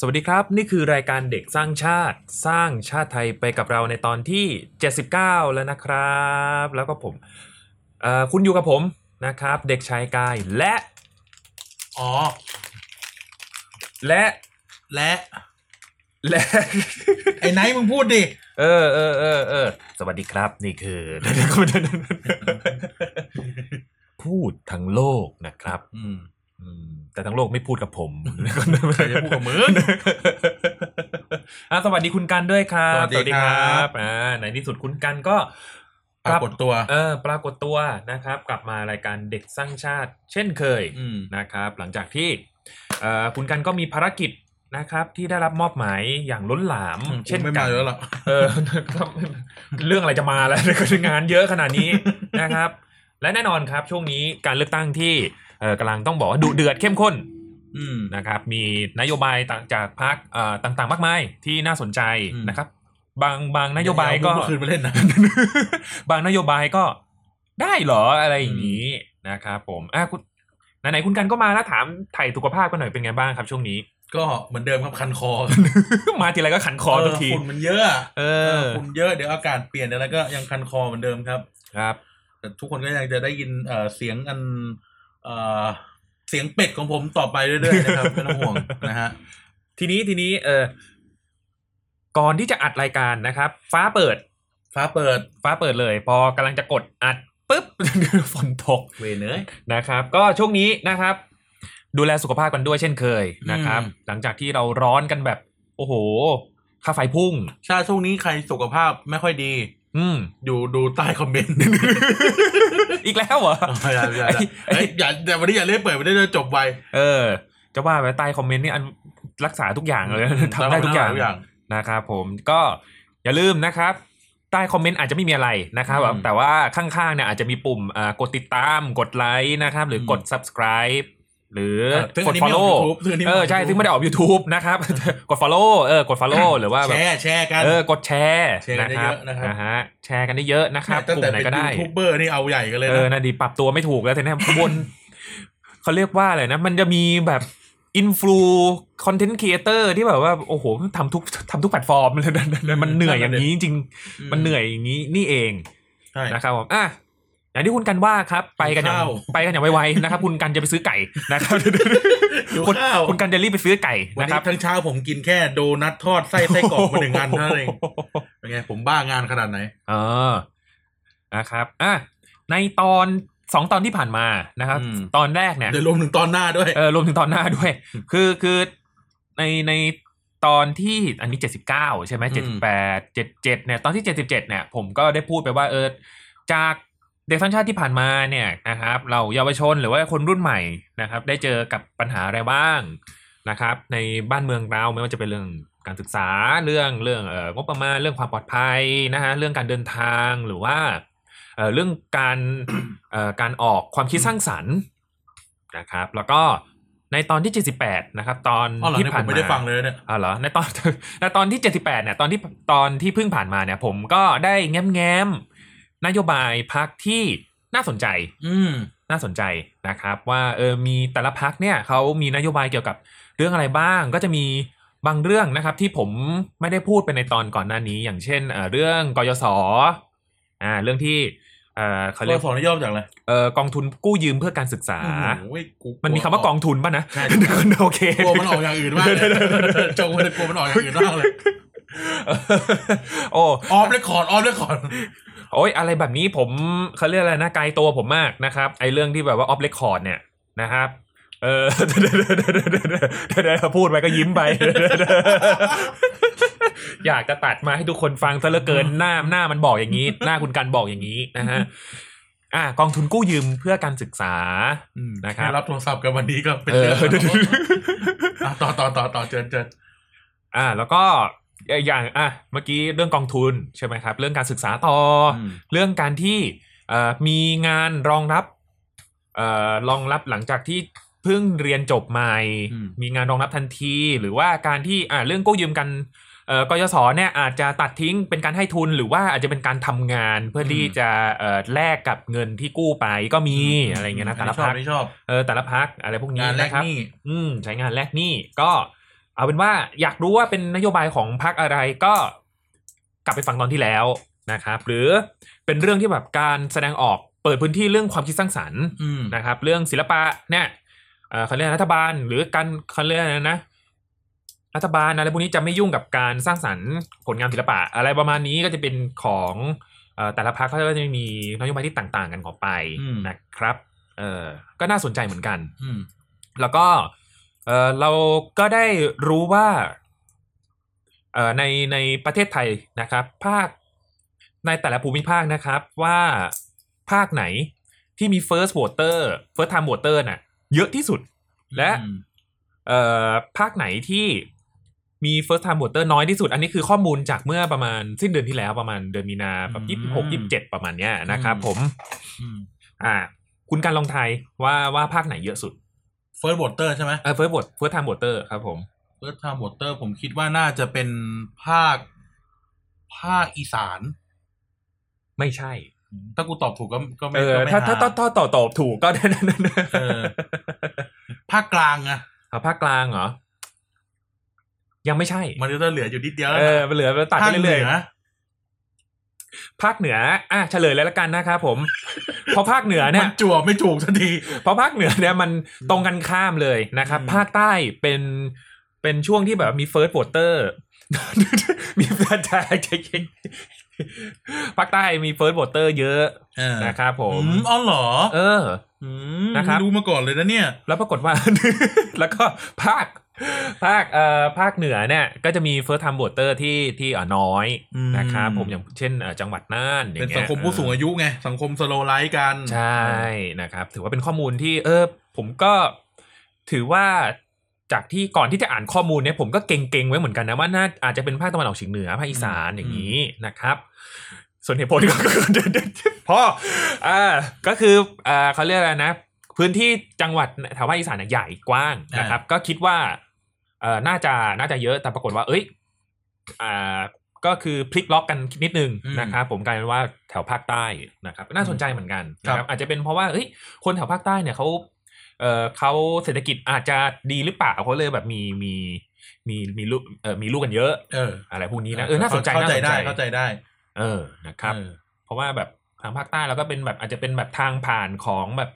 สวัสดีครับ นี่คือรายการเด็กสร้างชาติสร้างชาติไทยไปกับเราในตอนที่ 79 แล้วนะครับ แล้วก็ผมเอ่อคุณอยู่กับผมนะครับ เด็กชายกายและ อ๋อ และ และ และ ไอ้ไนท์มึงพูดดิ เออเออเออเออสวัสดีครับ นี่คือ พูดทั้งโลกนะครับ อืม อืมแต่ทั้งโลกไม่พูดกับผม ใครจะพูดกับมึง อ่ะสวัสดีคุณกันด้วยครับ สวัสดีครับ อ่าในที่สุดคุณกันก็ ปรากฏตัว เออปรากฏตัวนะครับ กลับมารายการเด็กสร้างชาติ เช่นเคย อืม นะครับ หลังจากที่เอ่อคุณกันก็มีภารกิจนะครับ ที่ได้รับมอบหมายอย่างล้นหลาม เช่ เช่ น น ไม่ กั มาน อยู่แล้วหรอก เออ ครับเรื่องอะไรจะมาแล้ว งานเยอะขนาดนี้ นะครับ และแน่นอนครับช่วงนี้การเลือกตั้งที่เอ่อกำลังต้องบอกว่าดุเดือดเข้มข้น อืม นะครับ มีนโยบายต่างจากพรรคเอ่อต่างๆ มากมายที่น่าสนใจ อืม นะครับ บางบางนโยบายก็ เมื่อคืนไปเล่นนะ บางนโยบายก็ได้เหรออะไรอย่างนี้นะครับ ผมอ่ะคุณไหนๆคุณกันก็มาแล้วถามไถ่สุขภาพกันหน่อยเป็นไงบ้างครับ ช่วงนี้ ก็เหมือนเดิมครับคันคอ มาทีไรก็ขันคอทุกที ฝุ่นมันเยอะอะ เออ ฝุ่นเยอะเดี๋ยวอากาศเปลี่ยนแล้วก็ยังคันคอเหมือนเดิมครับ ครับ แต่ทุกคนก็ยังจะได้ยินเอ่อเสียงอันเอ่อเสียงเป็ดของผมต่อไปเรื่อยๆนะครับ ไม่ต้องห่วงนะฮะ ทีนี้ทีนี้เออก่อนที่จะอัดรายการนะครับ ฟ้าเปิด ฟ้าเปิด ฟ้าเปิดเลย พอกำลังจะกดอัดปุ๊บ ฝนตก เวเนย นะครับ ก็ช่วงนี้นะครับ ดูแลสุขภาพกันด้วยเช่นเคยนะครับ อืม หลังจากที่เราร้อนกันแบบ โอ้โหค่าไฟพุ่ง ชาช่วงนี้ใครสุขภาพไม่ค่อยดี อืม ดูดูใต้คอมเมนต์ อีกแล้วเหรอ เอาอย่าอย่าอย่า ไอ้ เอ้ยอย่าแต่วันนี้อย่าเล่นเปิดไปได้เลยจบไว เออ จะว่าไปใต้คอมเมนต์นี่อันรักษาทุกอย่างเลยทำได้ทุกอย่าง นะครับผมก็อย่าลืมนะครับ ใต้คอมเมนต์อาจจะไม่มีอะไรนะครับ อืม แต่ว่าข้างๆเนี่ยอาจจะมีปุ่มอ่ากดติดตามกดไลค์นะครับ หรือ ม กด subscribe หรือ เออก ด follow ซึ่งนนี้ เอ ไม่ อ อ ใช่ซึ่งไม่ ได้ ได้ออก YouTube นะครับ กด follow เออกด follow หรือว่า แช แบบ ร์แชร์กัน เออกดแชร์ แชร์กัน นะครับ เยอะๆนะคนะรับฮะแชร์กันได้เยอะนะครับ ตั้ง กลุ่ แต่ มไหน เป็น ก็ได้ ยูทูบเบอร์นี่เอาใหญ่กันเลย เออ นะ นะดีปรับตัวไม่ถูกแล้วทีนี้บน เขาเรียกว่าอะไรนะ มันจะมีแบบอินฟลูคอนเทนต์ครีเอเตอร์ที่แบบว่าโอ้โหทำทุกทำทุกแพลตฟอร์มเลยนะ มันเหนื่อยอย่างนี้จริง มันเหนื่อยอย่างนี้นี่เอง ใช่ นะครับผมอ่ะอย่างที่คุณกันว่าครับ ไปกันอย่าง ข้าว ไปกันอย่างไวๆนะครับ คุณกันจะไปซื้อไก่ นะครับ หิว คุณ ข้าว คุณกันจะรีบไปซื้อไก่ วัน นะค นี้ รับ ทั้งเช้าผมกินแค่โดนัททอดไส้ไส้กรอกมาหนึ่งอันเท่านั้นเองเป็นไงผมบ้างานขนาดไหน เออนะครับอ่ะในตอนสองตอนที่ผ่านมานะครับ อืม ตอนแรกเนี่ย เดี๋ยวรวมถึงตอนหน้าด้วย เออรวมถึงตอนหน้าด้วย คือคือในในตอนที่อันนี้เจ็ดสิบเก้าใช่ไหม อื เจ็ดสิ ม บแปดเจ็ดเจ็ดเนี่ยตอนที่เจ็ดสิบเจ็ดเนี่ยผมก็ได้พูดไปว่าเออจากเด็กสัญชาติที่ผ่านมาเนี่ยนะครับ เราเยาวชนหรือว่าคนรุ่นใหม่นะครับ ได้เจอกับปัญหาอะไรบ้างนะครับ ในบ้านเมืองเราไม่ว่าจะเป็นเรื่องการศึกษาเรื่องเรื่องเอ่องบประมาณเรื่องความปลอดภัยนะฮะเรื่องการเดินทางหรือว่าเอ่อเรื่องการ เอ่อการออกความคิดสร้างสรรค์นะครับ แล้วก็ในตอนที่ 78 นะครับ ตอน อ๋อเหรอ ที่ เนี่ย ผ่า ผ น ม มา ไม่ได้ฟังเลยเนี่ย อ๋อเหรอในต อน ในตอนที่ 78 เนี่ยตอนที่ตอนที่เพิ่งผ่านมาเนี่ย ผมก็ได้แง้มแง้มๆนโยบายพักที่น่าสนใจ อืม น่าสนใจนะครับว่าเออมีแต่ละพักเนี่ยเขามีนโยบายเกี่ยวกับเรื่องอะไรบ้าง ก็จะมีบางเรื่องนะครับ ที่ผมไม่ได้พูดไปในตอนก่อนหน้านี้ อย่างเช่นเอ่อเรื่องกยศอ่าเรื่องที่เอ่อเขา เรี เรี ย ย ก ก สอนย่อมาจากอะไร เอ่อกองทุนกู้ยืมเพื่อการศึกษา โอ้ยกู มันมีคำว่ากองทุนป่ะนะ ใช่ โอเค กลัวมันออกอย่าง อื่นมากเลยจงมันกลัวมันออกอย่างอื่นมากเลย โอ้ ออฟเลคคอร์ดออฟเลคคอร์ด โอ้ยอะไรแบบนี้ผมเขาเรียกอะไรนะไกลตัวผมมากนะครับ ไอ้เรื่องที่แบบว่าออฟเลคคอร์ดเนี่ยนะครับ เออเดี๋ยวๆพูดไปก็ยิ้มไป อยากจะตัดมาให้ทุกคนฟังซะเหลือเกินหน้าหน้ามันบอกอย่างนี้ หน้าคุณกันบอกอย่างนี้นะฮะอ่ะกองทุนกู้ยืมเพื่อการศึกษา นะครับ รับโทรศัพท์กันวันนี้ก็เป็น เอ เรื่อ อ ง อ่ะต่อต่อต่อต่อเจิญเจิญ อ่าแล้วก็อย่างอ่ะเมื่อกี้เรื่องกองทุนใช่ไหมครับ เรื่องการศึกษาต่ออเรื่องการที่เอ่อมีงานรองรับเอ่อรองรับหลังจากที่เพิ่งเรียนจบใหม่ อืม มีงานรองรับทันที หรือว่าการที่อ่าเรื่องกู้ยืมกันเอ่อกยศเนี่ยอาจจะตัดทิ้งเป็นการให้ทุนหรือว่าอาจจะเป็นการทำงานเพื่ออ ม ที่จะเอ่อแลกกับเงินที่กู้ไปก็มีอะไรเงี้ยนะแต่ละ ชอ พั บ ก ไม่ชอบ เออแต่ละพักอะไรพวกนี้ งานแรก นะครับ นี่ อืมใช้งานแลกหนี้ก็ เอาเป็นว่าอยากรู้ว่าเป็นนโยบายของพรรคอะไรก็กลับไปฟังตอนที่แล้วนะครับ หรือเป็นเรื่องที่แบบการแสดงออกเปิดพื้นที่เรื่องความคิดสร้างสรรค์ อืม นะครับเรื่องศิลปะเนี่ยเอ่อเขาเรียกอะไรรัฐบาล หรือการเขาเรียกอะไรนะ รัฐบาลอะไรพวกนี้จะไม่ยุ่งกับการสร้างสรรค์ผลงานศิลปะ อะไรประมาณนี้ก็จะเป็นของเอ่อแต่ละพรรคเขาก็จะมีนโยบายที่ต่าง ๆ กันออกไป อืม นะครับเออก็น่าสนใจเหมือนกัน อืม แล้วก็เออเราก็ได้รู้ว่าเออในในประเทศไทยนะครับ ภาคในแต่ละภูมิภาคนะครับว่าภาคไหนที่มี first voter first time voter น่ะเยอะที่สุด และ อืม เอ่อภาคไหนที่มี first time voter น้อยที่สุด อันนี้คือข้อมูลจากเมื่อประมาณสิ้นเดือนที่แล้วประมาณเดือนมีนาแบบ อืม ยี่สิบหกยี่สิบเจ็ดประมาณเนี้ยนะครับ อืม ผม อืม อ่าคุณการลองไทายว่าว่าภาคไหนเยอะสุด first voter ใช่ไหม เออ first vote first time voter ครับผม first time voter ผมคิดว่าน่าจะเป็นภาค ภาคอีสาน ไม่ใช่ ถ้ากูตอบถูกก็ก็ไม่ เออ ก็ไม่ ถ้าถ้า ห ถ้าถ้าตอบตอบถูกก็ นั่นนั่น เออ ภาคกลางอะ เอาภาคกลางเหรอ ยังไม่ใช่ มันจะเหลืออยู่นิดเดียวแล้ว เอ นะ อมันเหลือมันตัด ภา ไป คเห เรื่ นื อย อ ๆภาคเหนือ อ่ะเฉลยเลยละกันนะครับผม เพราะภาคเหนือเนี่ มั ย นจั่วไม่ถูกสักที เพราะภาคเหนือเนี่ยมันตรงกันข้ามเลยนะครับ อืม ภาคใต้เป็นเป็นช่วงที่แบบมี first voter มีภาคใต้ ภาคใต้มี first voter เยอะ เออ นะครับผม อืมอ๋อเหรอ เออ ม นะครับ ไม่รู้มาก่อนเลยนะเนี่ย แล้วปรากฏว่า แล้วก็ภาค ภาคเอ่อภาคเหนือเนี่ย ก็จะมี first time voter ที่ที่เอ่อน้อย อืม นะครับผมอย่างเช่นเอ่อจังหวัดน่านอย่าง เป็น เงี้ย สังคมผู้สูงอายุไง สังคมสโลไลฟ์กัน ใช่นะครับ ถือว่าเป็นข้อมูลที่เออผมก็ถือว่าจากที่ก่อนที่จะอ่านข้อมูลเนี่ยผมก็เก่งๆไว้เหมือนกันนะว่าน่าอาจจะเป็นภาคตะวันออกเฉียงเหนือภาคอีสานอย่างนี้นะครับ ส่วนเหตุผลก็ พ่อ อ่าก็คืออ่าเขาเรียกอะไรนะ พื้นที่จังหวัดแถวภาคอีสานน่ะใหญ่กว้างนะครับ ก็คิดว่าเอ่อน่าจะน่าจะเยอะแต่ปรากฏว่า เอ้ยอ่าก็คือพลิกล็อกกันนิดนึงนะครับ ผมกลายเป็นว่าแถวภาคใต้นะครับ น่าสนใจเหมือนกันนะครับ อาจจะเป็นเพราะว่าเอ้ยคนแถวภาคใต้เนี่ยเขาเออเขาเศรษฐกิจอาจจะดีหรือเปล่าเขาเลยแบบมีมีมีมีลูกเออมีลูกกันเยอะ เออ อะไรพวกนี้นะเออน่าสนใจ เข้า น่า ใจ สน ได้ ใจ เข้าใจได้ เออนะครับ เออ เพราะว่าแบบทางภาคใต้เราก็เป็นแบบอาจจะเป็นแบบทางผ่านของแบบ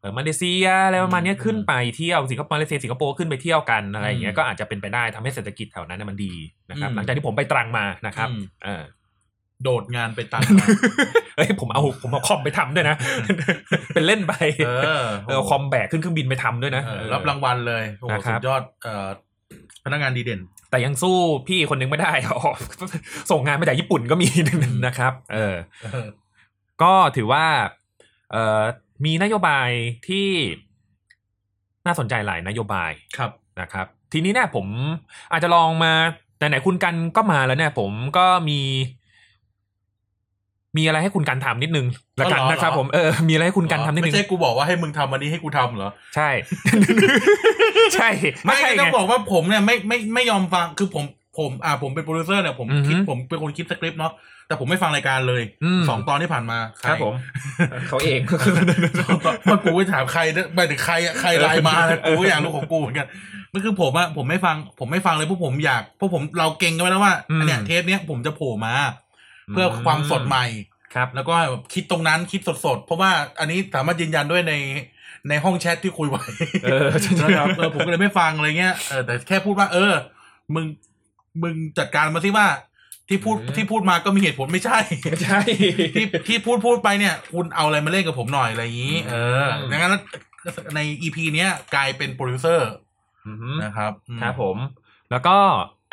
เออมาเลเซียอะไรประมาณเนี้ย อืม ขึ้นไปเที่ยวสิงคโปร์มาเลเซียสิงคโปร์ขึ้นไปเที่ยวกันอะไรอย่างเงี้ อื ย ม ก็อาจจะเป็นไปได้ทำให้เศรษฐกิจแถวนั้นนะมันดีนะครับ อืม หลังจากที่ผมไปตรังมานะครับ อืม เออ โดดงานไป ตัง เอ้ยผมเอาผมเอาคอมไปทำด้วยนะ เป็นเล่นไป เออ เออคอมแบกขึ้นเครื่องบินไปทำด้วยนะ เออรับรางวัลเลยโอ้โห นะครั สุ บ ดยอดเอ่อพนักงานดีเด่น แต่ยังสู้พี่คนนึงไม่ได้ อ๋อส่งงานมาจากญี่ปุ่นก็มีนะครับ เออ เออ ก็ถือว่าเอ่อมีนโยบายที่น่าสนใจหลายนโยบาย ครับ นะครับ ทีนี้เนี่ยผมอาจจะลองมาไหนๆคุณกันก็มาแล้วเนี่ยผมก็มี มีอะไรให้คุณกันทำนิดนึงละกัน อ๋อเหรอ นะครับผมเออมีอะไรให้คุณกันทำนิดนึง ไม่ใช่กูบอกว่าให้มึงทำอันนี้ให้กูทำเหรอ ใช่ ใช่ ไม่ใช่ ต้อ ไง งบอกว่าผมเนี่ยไม่ไม่ไม่ยอมฟังคือผมผมอ่าผมเป็นโปรดิวเซอร์เนี่ยผม อือฮึ คิดผมเป็นคนคิดสคริปต์เนาะแต่ผมไม่ฟังรายการเลย อืม สองตอนที่ผ่านมาใ ครับผม เขาเอง เมื่อ กูไปถามใครเนี่ยหมายถึงใครอะใครไลน์มา นะกูก็อยากรู้ของกูเหมือนกันมันคือผมอะผมไม่ฟัง ผมไม่ฟังเลยเพราะผมอยากเพราะผมเราเก่งกันไว้แล้วว่า อืม อันเนี้ยเทปเนี้ยผมจะโผล่มา เพื่อความสดใหม่ ครับ แล้วก็แบบคิดตรงนั้นคิดสดๆ เพราะว่าอันนี้สามารถยืนยันด้วยในในห้องแชทที่คุยไว้ เออ นะครับเออผมก็เลยไม่ฟังอะไรเงี้ยเออแต่แค่พูดว่า เออ มึงมึงจัดการมาสิว่า ที่พูด อืม ที่พูดมาก็มีเหตุผลไม่ใช่ ไม่ใช่ ที่ที่พูดพูดไปเนี่ย คุณเอาอะไรมาเล่นกับผมหน่อยอะไรอย่างนี้ เออ อืม ดังนั้นในอีพีเนี้ยกลายเป็นโปรดิวเซอร์ อือหือ นะครับอืม ครับผม แล้วก็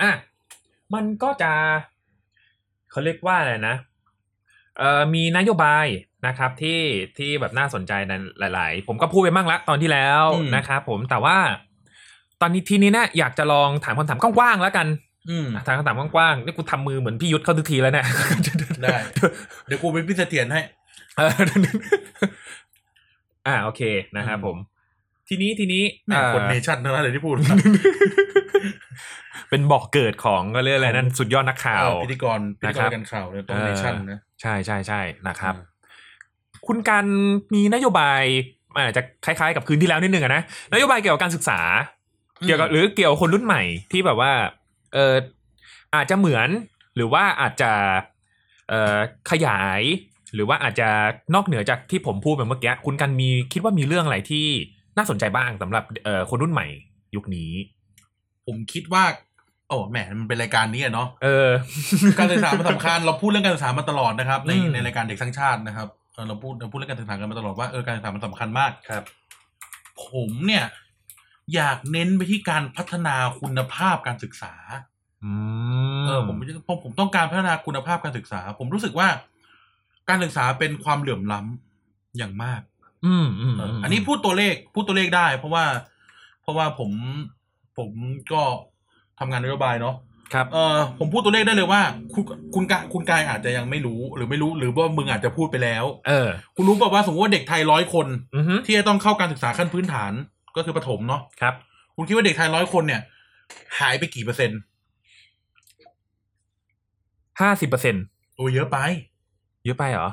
อ่ะมันก็จะเขาเรียกว่าอะไรนะเอ่อมีนโยบายนะครับที่ที่แบบน่าสนใจนั้นหลาย ๆ ผมก็พูดไปบ้างละตอนที่แล้วนะครับผมแต่ว่า ตอนนี้ทีนี้เนะอยากจะลองถามคำถามกว้างๆแล้วกัน อืม อ่ะถามคำถามกว้างๆนี่กูทำมือเหมือนพี่ยุทธเข้าทุกทีแล้วเนี่ย ได้ เดี๋ยวกูเป็นพิเศษเถียนให้ เอ ออ่าโอเคนะครับผม ทีนี้ทีนี้ แม่ง เอ่อ คนเนชั่นเท่านั้นเลยที่พูด เป็นบอกเกิดของก็เรื่องอะไรนั่นสุดยอดนักข่าว เออพิธีกรพิธีก นะครั ร บ กันข่าวเนี่ยตรง เออ เนชั่นนะ ใช่ใช่ใช่นะครับ อืม คุณการมีนโยบายอาจจะคล้ายๆ กับคืนที่แล้วนิดนึงอะนะนโยบายเกี่ยวกับการศึกษา เกี่ยวกับหรือเกี่ยวกับคนรุ่นใหม่ที่แบบว่าเอออาจจะเหมือนหรือว่าอาจจะเออขยาย หรือว่าอาจจะนอกเหนือจากที่ผมพูดไปเมื่อกี้คุณกันมีคิดว่ามีเรื่องอะไรที่น่าสนใจบ้างสำหรับเออคนรุ่นใหม่ ยุคนี้ ผมคิดว่า โอ้แหมมันเป็นรายการนี้อะเนาะ เออ การศึกษามันสำคัญเราพูดเรื่องการศึกษามาตลอดนะครับ ใน อืม ในรายการเด็กสร้างชาตินะครับเออเราพูดเราพูดเรื่องการศึกษากันมาตลอดว่าเออการศึกษามันสำคัญมาก ครับ ผมเนี่ย อยากเน้นไปที่การพัฒนาคุณภาพการศึกษา อืม เออผมผมผมต้องการพัฒนาคุณภาพการศึกษา ผมรู้สึกว่า การศึกษาเป็นความเหลื่อมล้ำอย่างมาก อืมอืม เอออ ม อันนี้พูดตัวเลขพูดตัวเลขได้ เพราะว่า เพราะว่าผมผมก็ทำงานนโยบายเนาะ ครับ เออผมพูดตัวเลขได้เลยว่า คุณคุณกะคุณกายอาจจะยังไม่รู้หรือไม่รู้ หรือว่ามึงอาจจะพูดไปแล้ว เออ คุณรู้เปล่าว่าสมมติว่าเด็กไทยร้อยคน อือฮึ ที่จะต้องเข้าการศึกษาขั้นพื้นฐานก็คือประถมเนาะ ครับ คุณคิดว่าเด็กไทยร้อยคนเนี่ย หายไปกี่เปอร์เซ็นต์ ห้าสิบเปอร์เซ็น โอ้เยอะไป เยอะไปเหรอ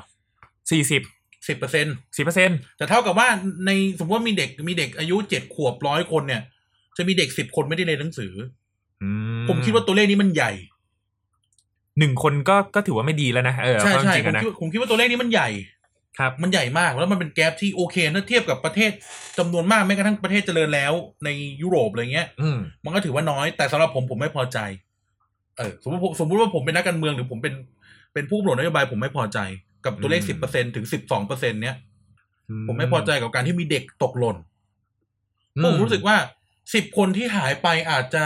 สี่สิบ สิบเปอร์เซ็นต์ สี่เปอร์เซ็น แต่เท่ากับว่าในสมมติว่ามีเด็กมีเด็กอายุเจ็ดขวบร้อยคนเนี่ย จะมีเด็กสิบคนไม่ได้เรียนหนังสืออผมคิดว่าตัวเลขนี้มันใหญ่ หนึ่งคนก็ก็ถือว่าไม่ดีแล้วนะเออ ใช่ ความ ใช่ จริง ผม อะนะ คิดว่าผมคิดว่าตัวเลขนี้มันใหญ่ ครับ มันใหญ่มากแล้วมันเป็นแกลบที่โอเคถ้าเทียบกับประเทศจำนวนมากแม้กระทั่งประเทศเจริญแล้วในยุโรปอะไรเงี้ย อืม มันก็ถือว่าน้อยแต่สำหรับผมผมไม่พอใจ เออสมมติผมสมมติว่าผมเป็นนักการเมืองหรือผมเป็นเป็นผู้กำหนดนโยบายผมไม่พอใจกับตัวเลข อื สิบเปอร์เซ็น ม ถึงสิบสองเปอร์เซ็นเนี้ยผมไม่พอใจกับการที่มีเด็กตกหล่น อื ผมรู้สึกว่าสิบคนที่หายไปอาจจะ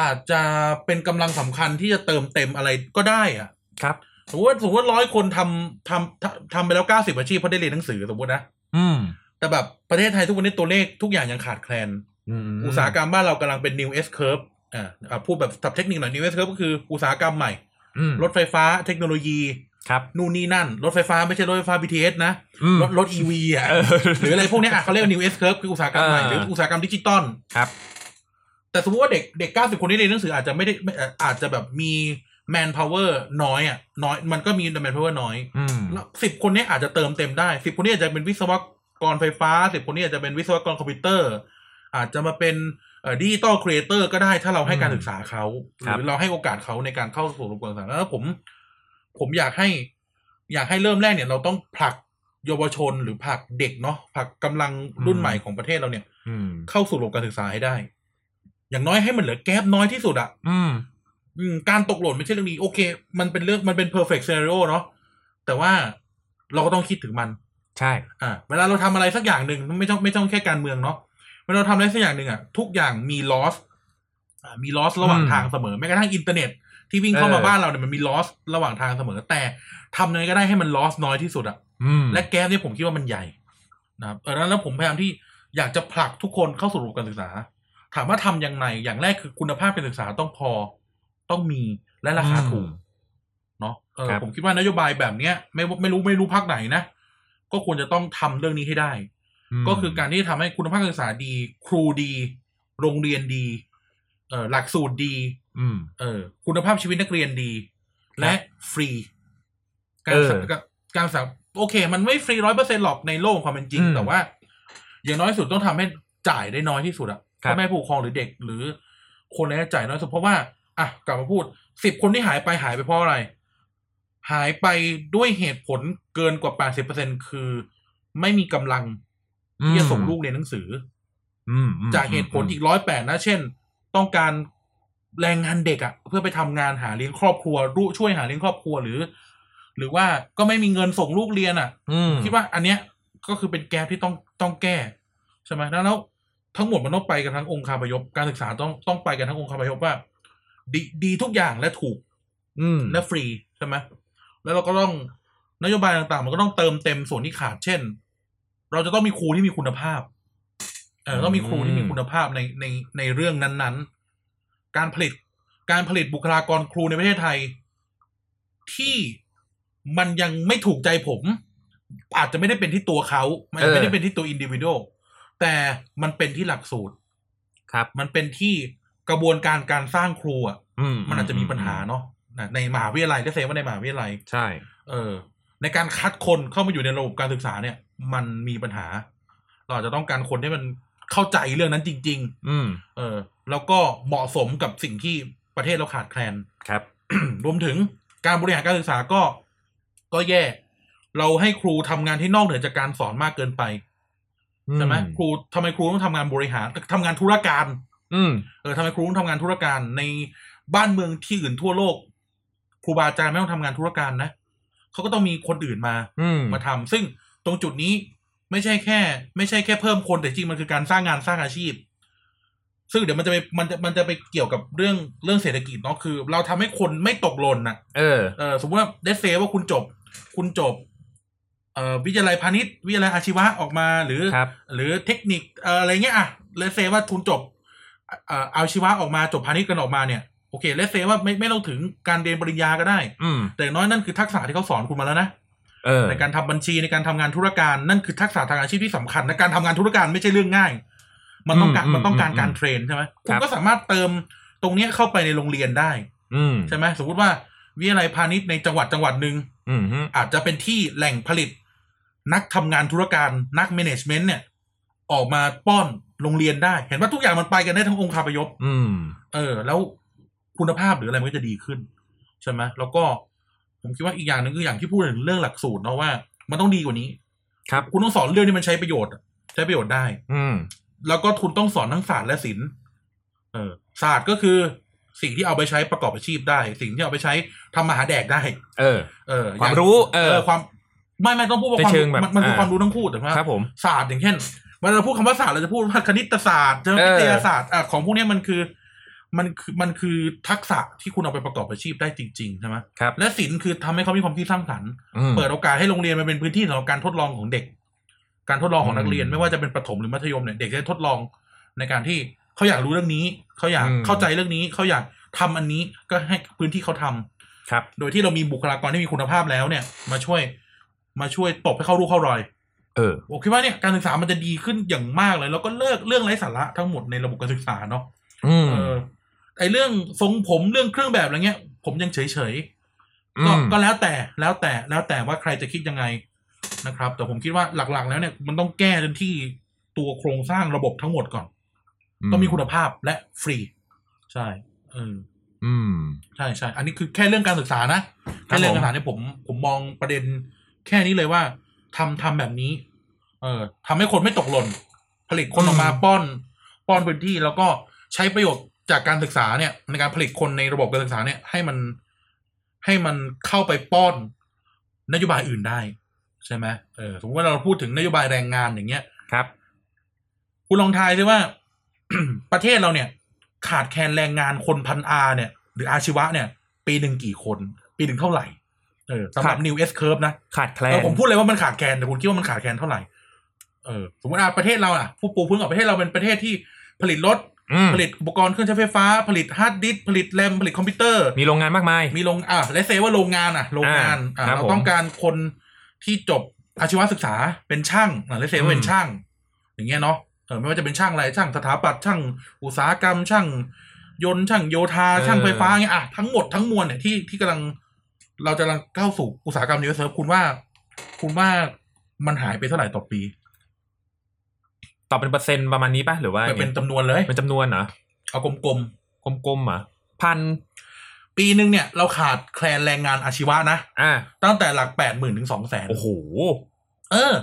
อาจจะเป็นกำลังสำคัญที่จะเติมเต็มอะไรก็ได้อะ ครับ สมมติว่าสมมติว่าร้อยคนทำทำทำทำไปแล้วเก้าสิบอาชีพเพราะได้เรียนหนังสือสมมตินะ อืม แต่แบบประเทศไทยทุกวันนี้ตัวเลขทุกอย่างยังขาดแคลน ม อุตสาหกรรมบ้านเรากำลังเป็น new S curve อ่าอ่าพูดแบบศัพท์เทคนิคหน่อย new S curve ก็คืออุตสาหกรรมใหม่ อืม รถไฟฟ้าเทคโนโลยี ครับ นู่นนี่นั่น รถไฟฟ้าไม่ใช่รถไฟฟ้า BTS นะ อืม รถรถ EV อ่ะ เออ หรืออะไรพวกเนี้ยอ่ะเขาเรียกว่า new S curve คืออุตสาหกรรมใหม่ อ่า หรืออุตสาหกรรมดิจิตอล ครับ แต่สมมติว่าเด็กเด็ก 90 คนที่เรียนหนังสืออาจจะไม่ได้ไม่อ่ะอาจจะแบบมี man power น้อยอ่ะน้อยมันก็มี man power น้อย อืม สิบคนเนี้ยอาจจะเติมเต็มได้สิบคนเนี้ยอาจจะเป็นวิศวกรไฟฟ้าสิบคนเนี้ยอาจจะเป็นวิศวกรคอมพิวเตอร์ อาจจะมาเป็นดิจิตอลครีเอเตอร์ก็ได้ถ้าเราให้การศึกษาเขาหรือเราให้โอกาสเขาในการเข้าสู่ระบบการศึกษาแล้วผม ผมอยากให้ อยากให้เริ่มแรกเนี่ย เราต้องผลักเยาวชนหรือผลักเด็กเนาะผลักกำลังรุ่นใหม่ของประเทศเราเนี่ย อืม เข้าสู่ระบบการศึกษาให้ได้ อย่างน้อยให้มันเหลือแกลบน้อยที่สุดอะ อืม อืมการตกหล่นไม่ใช่เรื่องดีโอเค มันเป็นเรื่องมันเป็น perfect scenario เนาะแต่ว่าเราก็ต้องคิดถึงมัน ใช่ อ่า เวลาเราทำอะไรสักอย่างหนึ่งไม่ต้องไม่ต้องแค่การเมืองเนาะเวลาเราทำอะไรสักอย่างหนึ่งอ่ะทุกอย่างมี loss อ่ามี loss ระหว่าง อืม ทางเสมอแม้กระทั่งอินเทอร์เน็ตที่วิ่งเข้ามา เออ บ้านเราเนี่ยมันมี loss ระหว่างทางเสมอ แต่ทำยังไงก็ได้ให้มัน loss น้อยที่สุดอ่ะ อืม และแก้มเนี่ยผมคิดว่ามันใหญ่นะครับเออแล้วแล้วผมพยายามที่อยากจะผลักทุกคนเข้าสู่ระบบการศึกษา ถามว่าทำยังไงอย่างแรกคือคุณภาพการศึกษาต้องพอต้องมีและราคาถูก อืม เนาะเออ ครับ ผมคิดว่านโยบายแบบเนี้ยไม่ว่าไม่รู้ไม่รู้พักไหนนะ ก็ควรจะต้องทำเรื่องนี้ให้ได้ ม ก็คือการที่ทำให้คุณภาพการศึกษาดี ครูดี โรงเรียนดี เออหลักสูตรดี อืม เออคุณภาพชีวิตนักเรียนดี ครับ และฟรี การ เออ ศึกษาการศึกษาโอเค มันไม่ฟรีร้อยเปอร์เซ็นหรอกในโลกความเป็นจริง อืม แต่ว่า อย่างน้อยสุดต้องทำให้จ่ายได้น้อยที่สุดอะ ครับ พ่อแม่ผู้ปกครองหรือเด็กหรือ คนในนั้นจ่ายน้อยสุดเพราะว่าอ่ะกลับมาพูดสิบคนที่หายไปหายไปเพราะอะไร หายไปด้วยเหตุผลเกินกว่าแปดสิบเปอร์เซ็นคือ ไม่มีกำลังที่จะส่งลูกเรียนหนังสือ อืมอืม จากเหตุผลอีกร้อยแปดนะ เช่น ต้องการแรงงานเด็กอะ่ะ เพื่อไปทำงานหาเลี้ยงครอบครัวรู้ช่วยหาเลี้ยงครอบครัวหรือ หรือว่าก็ไม่มีเงินส่งลูกเรียนอะ่ะ อืม คิดว่าอันเนี้ยก็คือเป็นแกปที่ต้องต้องแก้ใช่ไหมแล้วแล้วทั้งหมดมันต้องไปกันทั้งองค์คาพยพการศึกษาต้องต้องไปกันทั้งองค์คาพยพว่า ดีดีทุกอย่างและถูก อืม และฟรีใช่ไหมแล้วเราก็ต้องนโยบายต่างๆ มันก็ต้องเติมเต็มส่วนที่ขาด เช่น เราจะต้องมีครูที่มีคุณภาพ เออต้องมีครูที่มีคุณภาพในในในเรื่องนั้นๆ การผลิตการผลิตบุคลากรครูในประเทศไทย ที่มันยังไม่ถูกใจผม อาจจะไม่ได้เป็นที่ตัวเขา มันอาจจะไม่ได้เป็นที่ตัวอินดิวิโดแต่มันเป็นที่หลักสูตร ครับ มันเป็นที่กระบวนการการสร้างครูอ่ะ อืม มันอาจจะมีปัญหาเนาะนะในมหาวิทยาลัยถ้าเซว่าในมหาวิทยาลัย ใช่ เออ ในการคัดคนเข้ามาอยู่ในระบบการศึกษาเนี่ย มันมีปัญหา เราอาจจะต้องการคนที่มัน เข้าใจเรื่องนั้นจริง อืม ๆ เออ แล้วก็เหมาะสมกับสิ่งที่ประเทศเราขาดแคลน ครับ รวมถึงการบริหารการศึกษาก็ ก็แย่ เราให้ครูทำงานที่นอกเหนือจากการสอนมากเกินไปใช่ไหมครูทำไมครูต้องทำงานบริหารทำงานธุรการ อืม เออทำไมครูต้องทำงานธุรการในบ้านเมืองที่อื่นทั่วโลก ครูบาอาจารย์ไม่ต้องทำงานธุรการนะเขาก็ต้องมีคนอื่นมา อืม มาทำซึ่งตรงจุดนี้ไม่ใช่แค่ ไม่ใช่แค่เพิ่มคนแต่จริงมันคือการสร้างงานสร้างอาชีพ ซึ่งเดี๋ยวมันจะไปมันจะมันจะไปเกี่ยวกับเรื่องเรื่องเศรษฐกิจเนาะคือ เราทำให้คนไม่ตกหล่นนะ เออ เออสมมติว่าเดซเซว่าคุณจบ คุณจบ เอ่อวิทยาลัยพาณิชย์วิทยาลัยอาชีวะออกมาหรือ ครับ หรือเทคนิคเอ่ออะไรเงี้ยอ่ะเลเซว่าทุนจบเอ่อเอาชีวะออกมาจบพาณิชย์กันออกมาเนี่ยโอเคเลเซว่าไม่ไม่ต้องถึงการเรียนปริญญาก็ได้ อืม แต่อย่างน้อยนั่นคือทักษะที่เขาสอนคุณมาแล้วนะ เออ ในการทำบัญชีในการทำงานธุรการนั่นคือทักษะทางอาชีพที่สำคัญและการทำงานธุรการไม่ใช่เรื่องง่าย มันต้องการมันต้องการการเทรนใช่ไหมคุณก็สามารถเติมตรงเนี้ยเข้าไปในโรงเรียนได้ อืม ใช่ไหมสมมติว่าวิทยาลัยพาณิชย์ในจังหวัดจังหวัดหนึ่ง อืมฮึ อาจจะเป็นที่แหล่งผลิต นักทำงานธุรการนักแมネจเมนต์เนี่ย ออกมาป้อนโรงเรียนได้ เห็นว่าทุกอย่างมันไปกันได้ทั้งองค์คาพยพ อืม เออ แล้วคุณภาพหรืออะไรมันก็จะดีขึ้น ใช่ไหมแล้วก็ผมคิดว่าอีกอย่างหนึ่งคืออย่างที่พูดถึงเรื่องหลักสูตรเนาะว่า มันต้องดีกว่านี้ ครับ คุณต้องสอนเรื่องที่มันใช้ประโยชน์อะใช้ประโยชน์ได้ อืม แล้วก็ทุนต้องสอนทั้งศาสตร์และศิลป์เออศาสตร์ก็คือสิ่งที่เอาไปใช้ประกอบอาชีพได้ สิ่งที่เอาไปใช้ทำมาหาแดกได้ เออ เออ ความ อย่ง รู้เออ ความไม่ไม่ต้องพูดว่า ใน ความ เชิงแบบ มันมันคืออา ความรู้ทั้งคู่แต่ว่า ครับผม ศาสตร์อย่างเช่นเวลาเราพูดคำว่าศาสตร์เราจะพูดว่าคณิตศาสตร์ใช่ไหม เออ วิทยาศาสตร์อ่ะของพวกเนี้ยมันคือ มันคือมันคือทักษะที่คุณเอาไปประกอบอาชีพได้จริงๆใช่ไหม ครับ และศิลป์คือทำให้เขามีความคิดสร้างสรรค์ อืม เปิดโอกาสให้โรงเรียนมันเป็นพื้นที่สำหรับการทดลองของเด็ก การทดลองของนักเรียน อืม ไม่ว่าจะเป็นประถมหรือมัธยมเนี่ยเด็กจะได้ทดลองในการที่เขาอยากรู้เรื่องนี้เขาอยาก อืม เข้าใจเรื่องนี้เขาอยากทำอันนี้ก็ให้พื้นที่เขาทำ ครับ โดยที่เรามีบุคลากรที่มีคุณภาพแล้วเนี่ย มาช่วย มาช่วยตบให้เข้ารูเข้ารอย เออ ผมคิดว่าเนี่ยการศึกษามันจะดีขึ้นอย่างมากเลย แล้วก็เลิกเรื่องไร้สาระทั้งหมดในระบบการศึกษาเนาะ อืม เออไอเรื่องทรงผมเรื่องเครื่องแบบอะไรเงี้ย ผมยังเฉยเฉยๆก็ ม ก็แล้วแต่แล้วแต่แล้วแต่ว่าใครจะคิดยังไงนะครับ แต่ผมคิดว่าหลักๆ แล้วเนี่ยมันต้องแก้กันที่ตัวโครงสร้างระบบทั้งหมดก่อน ต้องมีคุณภาพและฟรี ใช่เออ อืม ใช่ใช่ อันนี้คือแค่เรื่องการศึกษานะ แค่เรื่องการศึกษาเนี่ยผมผมมองประเด็นแค่นี้เลยว่าทำทำแบบนี้ เอ่อทำให้คนไม่ตกหล่น ผลิตคน อืม ออกมาป้อน ป้อนพื้นที่แล้วก็ใช้ประโยชน์จากการศึกษาเนี่ย ในการผลิตคนในระบบการศึกษาเนี่ยให้มันให้มันเข้าไปป้อนนโยบายอื่นได้ ใช่ไหมเออสมมติว่าเราพูดถึงนโยบายแรงงานอย่างเงี้ย ครับ คุณลองทายสิว่า ประเทศเราเนี่ย ขาดแคลนแรงงานคนพันอาเนี่ย หรืออาชีวะเนี่ย ปีหนึ่งกี่คน ปีหนึ่งเท่าไหร่เออสำหรับ ขาด New S Curve นะ ขาดแคล เออน ผมพูดเลยว่ามันขาดแคลนแต่คุณคิดว่ามันขาดแคลนเท่าไหร่เออสมมติอ่ะประเทศเราอ่ะผู้ปูพื้นกับประเทศเราเป็นประเทศที่ผลิตรถ อืม ผลิตอุปกรณ์เครื่องใช้ไฟฟ้า ผลิตฮาร์ดดิสก์ผลิตแรมผลิตคอมพิวเตอร์ มีโรงงานมากมาย มีโรงอ่ะและเซว่าโรงงานอ่ะ โรงงาน อ่า อ่ะ ครับ เรา ผม ต้องการคนที่จบอาชีวศึกษาเป็นช่างอ่ะและเซ อืม ว่าเป็นช่าง อย่างเงี้ยเนาะเออไม่ว่าจะเป็นช่างอะไรช่างสถาปัตย์ช่างอุตสาหกรรม ช่าง ยนต์ช่างโยธาช่างไฟฟ้าเงี้ยอ่ะทั้งหมดทั้งมวลเนี่ยที่ที่กำลังเราจะกำลังเข้าสู่อุตสาหกรรมนิวเซิร์ฟคุณว่า คุณว่ามันหายไปเท่าไหร่ต่อปี ตอบเป็นเปอร์เซ็นต์ประมาณนี้ป่ะหรือว่า ไปเป็นจำนวนเลย เป็นจำนวนเหรอ เอากลม กลมๆเหรอพัน ๆปีหนึ่งเนี่ยเราขาดแคลนแรงงานอาชีวะนะ อ่ะ ตั้งแต่หลักแปดหมื่นถึงสองแสน โอ้โห เออ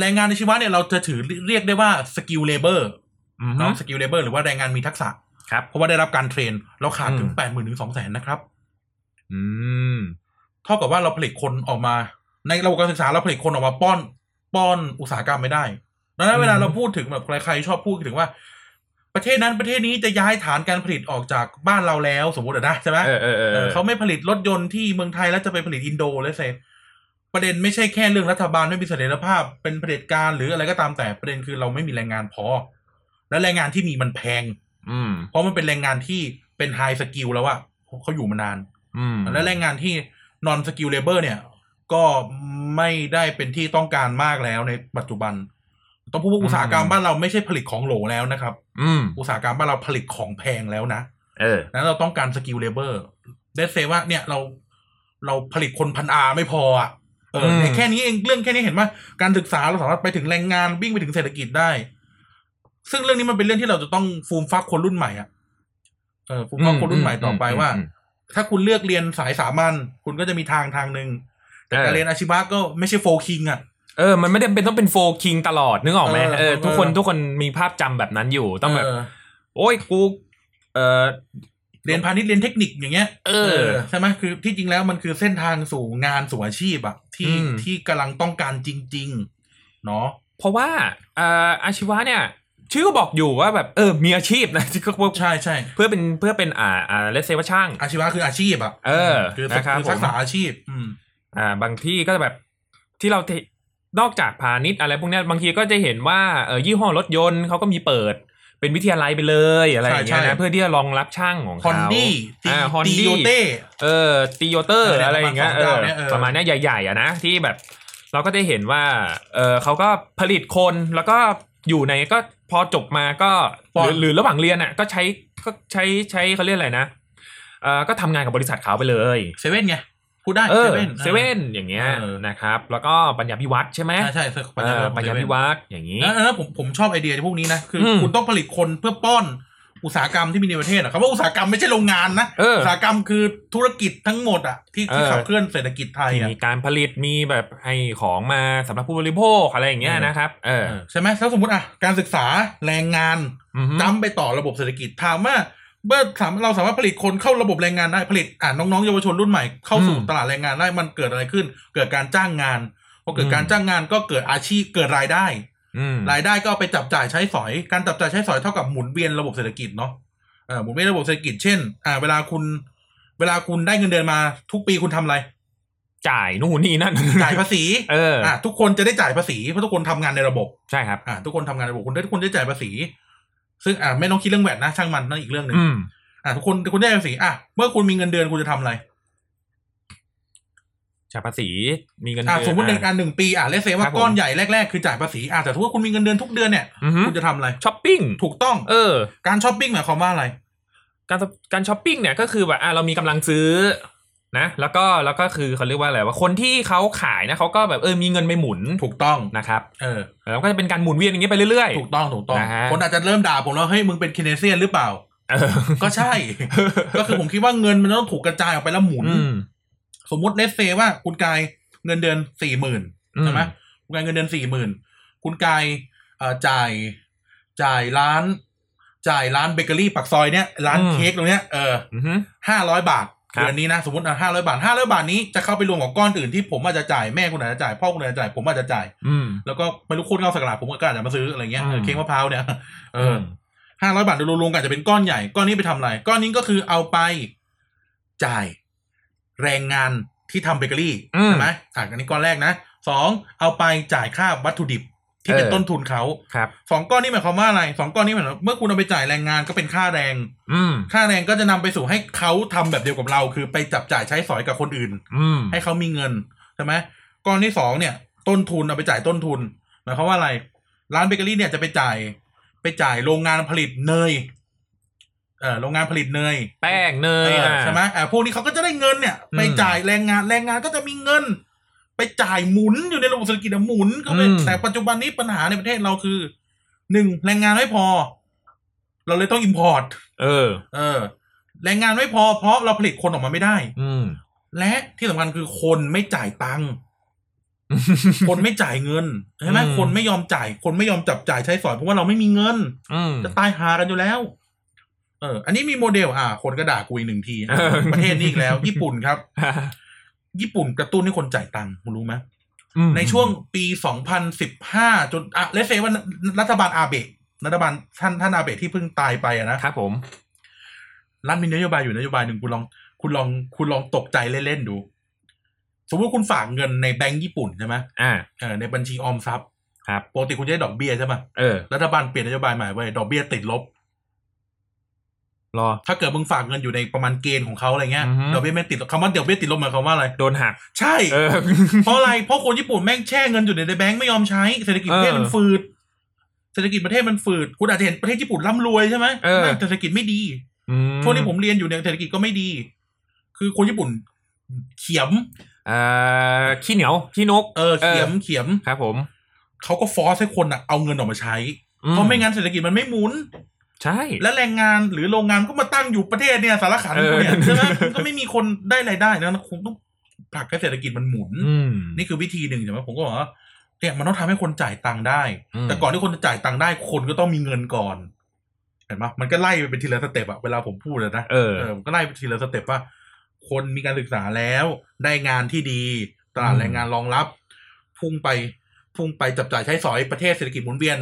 แรงงานอาชีวะเนี่ยเราจะถือเรียกได้ว่าสกิลเลเบอร์ อืม เนาะสกิลเลเบอร์หรือว่าแรงงานมีทักษะ ครับ เพราะว่าได้รับการเทรน เราขาดถึง อืม แปดหมื่นถึงสองแสนนะครับ อืม เท่ากับว่าเราผลิตคนออกมา ในระบบการศึกษาเราผลิตคนออกมาป้อน ป้อนอุตสาหกรรมไม่ได้ดังนั้ อื น ม เวลาเราพูดถึงแบบใครๆชอบพูดถึงว่า ประเทศนั้นประเทศนี้จะย้ายฐานการผลิตออกจากบ้านเราแล้วสมมติอะนะใช่ไหม เออเออเออ เออเขาไม่ผลิตรถยนต์ที่เมืองไทยแล้วจะไปผลิตอินโดเลยเซประเด็นไม่ใช่แค่เรื่องรัฐบาลไม่มีเสถียรภาพ เป็นเผด็จการหรืออะไรก็ตามแต่ประเด็นคือเราไม่มีแรงงานพอ และแรงงานที่มีมันแพง อืม เพราะมันเป็นแรงงานที่เป็นไฮสกิลแล้วอะเขาอยู่มานาน อืม และแรงงานที่นอนสกิลเลเบอร์เนี่ย ก็ไม่ได้เป็นที่ต้องการมากแล้วในปัจจุบัน ต้องพูดว่าอุตสาหกรรมบ้านเราไม่ใช่ผลิตของโหลแล้วนะครับ อืม อุตสาหกรรมบ้านเราผลิตของแพงแล้วนะ เออ นั้นเราต้องการสกิลเลเบอร์เดซเซว่าเนี่ยเราเราผลิตคนพันอาไม่พออ่ะเออ อืม ในแค่นี้เองเรื่องแค่นี้เห็นว่าการศึกษาเราสามารถไปถึงแรงงานวิ่งไปถึงเศรษฐกิจได้ ซึ่งเรื่องนี้มันเป็นเรื่องที่เราจะต้องฟูมฟักคนรุ่นใหม่อ่ะเออฟูมฟักคนรุ่นใหม่ต่อไปว่า อืม ถ้าคุณเลือกเรียนสายสามัญคุณก็จะมีทางทางหนึ่งแต่การ เออ เรียนอาชีวะก็ไม่ใช่โฟคิงอ่ะ เออ มันไม่ได้เป็นต้องเป็นโฟคิงตลอดนึกออกไหม เออ เออ เออ ทุกคนทุกคนมีภาพจำแบบนั้นอยู่ต้องแบบ เออ โอ้ยกูเออ เรียนพาณิชย์เรียนเทคนิคอย่างเงี้ย เออ ใช่ไหมคือที่จริงแล้วมันคือเส้นทางสู่งานสู่อาชีพอะที่ อืม ที่กำลังต้องการจริง ๆ เนาะ เพราะว่าเอ่ออาชีวะเนี่ย ชื่อก็บอกอยู่ว่าแบบเออมีอาชีพนะ ที่เขา ใช่ใช่ เพื่อเป็นเพื่อเป็นอ่าอ่าเลเซว่าช่าง อาชีวะคืออาชีพอะ เออ คือ นะครับ คือทักษะ ผม อาชีพ อืม อ่าบางที่ก็จะแบบที่เราเทนอกจากพาณิชย์อะไรพวกเนี้ยบางทีก็จะเห็นว่าเออยี่ห้อรถยนต์เขาก็มีเปิดเป็นวิทยาลัยไปเลยอะไรอย่าง ใช่ เงี้ย ใช่ นะเพื่อที่จะรองรับช่างของ ฮอน เขา ดี้ตี อ่าฮอน ตี ดี้ โยเต้ เออตีโยเตอร์ เออเนี่ย อะไรอย่างเงี้ย ประ เออมาณสองเจ้าเนี่ยเออ ประมาณเนี้ยใหญ่ๆอ่ะนะที่แบบ เราก็ได้เห็นว่าเออเขาก็ผลิตคนแล้วก็อยู่ในก็พอจบมาก็หรือหรือระหว่างเรียนอ่ะก็ใช้ก็ใช้ใช้เขาเรียกอะไรนะเออก็ทำงานกับบริษัทเขาไปเลย เซเว่นไงพูดได้ เออเซเว่น เซเว่นอย่างเงี้ย เออ นะครับ แล้วก็ปัญญาพิวัตรใช่ไหม อ่าใช่เซเว่นปัญ เอ ญา อ พิวัตร ปัญญาพิวัตรอย่างนี้ เออแล้วผมผมชอบไอเดียพวกนี้นะ คืออ ม คุณต้องผลิตคนเพื่อป้อนอุตสาหกรรมที่มีในประเทศอะคำว่าอุตสาหกรรมไม่ใช่โรงงานนะ เอออุ ตสาหกรรมคือธุรกิจทั้งหมดอะที่ที่ เออ ขับเคลื่อนเศรษฐกิจไทย ที่ อะ มีการผลิตมีแบบให้ของมาสำหรับผู้บริโภคอะไรอย่างเงี้ย เออ นะครับ เออ ใช่ไหมถ้าสมมติอะการศึกษาแรงงาน อือฮึ จ้ำไปต่อระบบเศรษฐกิจถามว่าเมื่อสามเราสามารถผลิตคนเข้าระบบแรงงานได้ผลิตอ่าน้องๆเยาวชนรุ่นใหม่เข้าสู่ตลาดแรงงานได้มันเกิดอะไรขึ้น เกิดการจ้างงานพอเกิดการจ้างงานก็เกิดอาชีพเกิดรายได้ อืม รายได้ก็เอาไปจับจ่ายใช้สอย การจับจ่ายใช้สอยเท่ากับหมุนเวียนระบบเศรษฐกิจเนาะเอ่อหมุนเวียนระบบเศรษฐกิจเช่น อ่า เวลาคุณ เวลาคุณได้เงินเดือนมา ทุกปีคุณทำอะไร จ่ายนู่นนี่นั่น จ่ายภาษี เอออ อ่า ทุกคนจะได้จ่ายภาษีเพราะทุกคนทำงานในระบบ ใช่ครับ อ่า ทุกคนทำงานในระบบคุณได้ทุกคนได้จ่ายภาษี ซึ่งอ่าไม่ต้องคิดเรื่องแวดนะช่างมันนั่นอีกเรื่องหนึ่ง อืม อ่าทุกคนทุกคนได้ภาษีอ่ะเมื่อคุณมีเงินเดือนคุณจะทำอะไร จ่ายภาษีมีเงิน อ่า เดือน สมมติหนึ่ง อ่ะ อ่าหนึ่งปีอ่าเลเซ ค ว่า รับผม ก้อนใหญ่แรกๆคือจ่ายภาษีอ่าแต่ถ้าว่าคุณมีเงินเดือนทุกเดือนเนี่ย อือฮึ คุณจะทำอะไร ช้อปปิ้ง ถูกต้อง เออ การช้อปปิ้งหมายความว่าอะไร การการช้อปปิ้งเนี่ยก็คือแบบอ่ะเรามีกำลังซื้อนะ แล้วก็แล้วก็คือเขาเรียกว่าอะไรว่าคนที่เขาขายนะเขาก็แบบเออมีเงินไปหมุน ถูกต้อง นะครับ เออ แล้วก็จะเป็นการหมุนเวียนอย่างเงี้ยไปเรื่อย ถูกต้องถูกต้อง นะฮะ คนอาจจะเริ่มด่าผมแล้วเฮ้ยมึงเป็นเคเนเซียนหรือเปล่า ๆเออ ก็ใช่ ก็คือผมคิดว่าเงินมันต้องถูกกระจายออกไปแล้วหมุน อืม สมมติเลสเซว่าคุณกายเงินเดือนสี่หมื่นใช่ไหม อืม คุณกายเงินเดือนสี่หมื่นคุณกายเอ่อจ่ายจ่ายร้าน จ่ายร้านเบเกอรี่ปักซอยเนี้ยร้านเค้กตรงเนี้ยเออ อือฮึ ห้าร้อยบาท ครับ เดือนนี้นะสมมติห้าร้อยบาทห้าร้อยบาทนี้จะเข้าไปรวมกับก้อนอื่นที่ผมอาจจะจ่ายแม่คุณอาจจะจ่ายพ่อคุณอาจจะจ่ายผมอาจจะจ่าย อืม แล้วก็ไม่รู้โคตรเข้าสกราดผมก็อาจจะมาซื้ออะไรเงี้ย อืม เค้กมะพร้าวเนี่ย เออ ห้าร้อยบาทโดยรวมๆกันจะเป็นก้อนใหญ่ ก้อนนี้ไปทำอะไร ก้อนนี้ก็คือเอาไปจ่ายแรงงานที่ทำเบเกอรี่ อืม ใช่ไหมอ่ะอันนี้ก้อนแรกนะสองเอาไปจ่ายค่าวัตถุดิบที่เป็น เออ ต้นทุนเขา ครับ สองก้อนนี้หมายความว่าอะไรสองก้อนนี้หมายความว่าเมื่อคุณเอาไปจ่ายแรงงานก็เป็นค่าแรง อืม ค่าแรงก็จะนำไปสู่ให้เขาทำแบบเดียวกับเรา คือไปจับจ่ายใช้สอยกับคนอื่น อืม ให้เขามีเงินใช่ไหมก้อนที่สองเนี่ย ต้นทุนเอาไปจ่ายต้นทุนหมายความว่าอะไร ร้านเบเกอรี่เนี่ยจะไปจ่าย ไปจ่ายโรงงานผลิตเนยเออโรงงานผลิตเนย แป้งเน เอยอ อ่ะ ใช่ไหมเออพวกนี้เขาก็จะได้เงินเนี่ย ไปจ่ายแรงงานแรงงานก็จะมีเงิน ไปจ่ายหมุนอยู่ในระบบเศรษฐกิจอะหมุนก็เป็น อืม แต่ปัจจุบันนี้ปัญหาในประเทศเราคือหนึ่งแรงงานไม่พอ เราเลยต้องอิมพอร์ต เออ เออ แรงงานไม่พอเพราะเราผลิตคนออกมาไม่ได้ อืม และที่สำคัญคือคนไม่จ่ายตั งค์ คนไม่จ่ายเงินใช่ไหม อืม คนไม่ยอมจ่าย คนไม่ยอมจับจ่ายใช้สอยเพราะว่าเราไม่มีเงิน อืม จะตายหากันอยู่แล้ว เออ อันนี้มีโมเดล อ่า คนก็ด่ากูอีกหนึ่งที เออ ประเทศนี้อีกแล้ว ญี่ปุ่นครับ ญี่ปุ่นกระตุ้นให้คนจ่ายตังค์คุณรู้ไหม อืม ในช่วงปี 2015 จนอ่ะเลสเซว่ารัฐบาลอาเบะรัฐบาลท่านท่านอาเบะที่เพิ่งตายไปอะนะครับ ผม รัฐมีนโยบายอยู่นโยบายหนึ่งคุณลอง คุณลองคุณลองตกใจเล่นๆดู สมมติคุณฝากเงินในแบงก์ญี่ปุ่นใช่ไหม อ่า เออในบัญชีออมทรัพย์ ครับ ปกติคุณจะได้ดอกเบี้ยใช่ไหม เออ รัฐบาลเปลี่ยนนโยบายใหม่เว้ยดอกเบี้ยติดลบ รอ ถ้าเกิดมึงฝากเงินอยู่ในประมาณเกณฑ์ของเขาอะไรเงี้ย อือฮึ ดอกเบี้ยไม่ติดลบคำว่าดอกเบี้ยติดลบหมายความว่าอะไร โดนหัก ใช่ เออ เพราะอะไรเพราะคนญี่ปุ่นแม่งแช่เงินอยู่ในแบงก์ไม่ยอมใช้เศรษฐกิจประเทศ เออ มันฝืดเศรษฐกิจประเทศมันฝืดคุณอาจจะเห็นประเทศญี่ปุ่นร่ำรวยใช่ไหม เออ แม่งเศรษฐกิจไม่ดี อื ช่วงที่ผมเรียนอยู่เนี่ยเศรษฐกิจก็ไม่ดี คือคนญี่ปุ่น เขียม เอ่อขี้เหนียวขี้นก เออเขียมเขียม ครับผม เขาก็ฟอร์สให้คนอะเอาเงินออกมาใช้ อื เพราะไม่งั้นเศรษฐกิจมันไม่หมุน ใช่ และแรงงานหรือโรงงานก็มาตั้งอยู่ประเทศเนี่ยสารขัน เออ เนี่ยใช่ไหมมันก็ไม่มีคนได้รายได้นะคงต้องผลักให้เศรษฐกิจมันหมุน อืม นี่คือวิธีหนึ่งใช่ไหมผมก็บอกว่าเนี่ยมันต้องทำให้คนจ่ายตังค์ได้ อืม แต่ก่อนที่คนจะจ่ายตังค์ได้คนก็ต้องมีเงินก่อน เห็นปะมันก็ไล่ไปเป็นทีละสเต็ปอะเวลาผมพูดอะนะ เออ เออมันก็ไล่ไปทีละสเต็ปว่า คนมีการศึกษาแล้วได้งานที่ดีตลาด อืม แรงงานรองรับ พุ่งไปพุ่งไปจับจ่ายใช้สอยประเทศเศรษฐกิจหมุนเวียน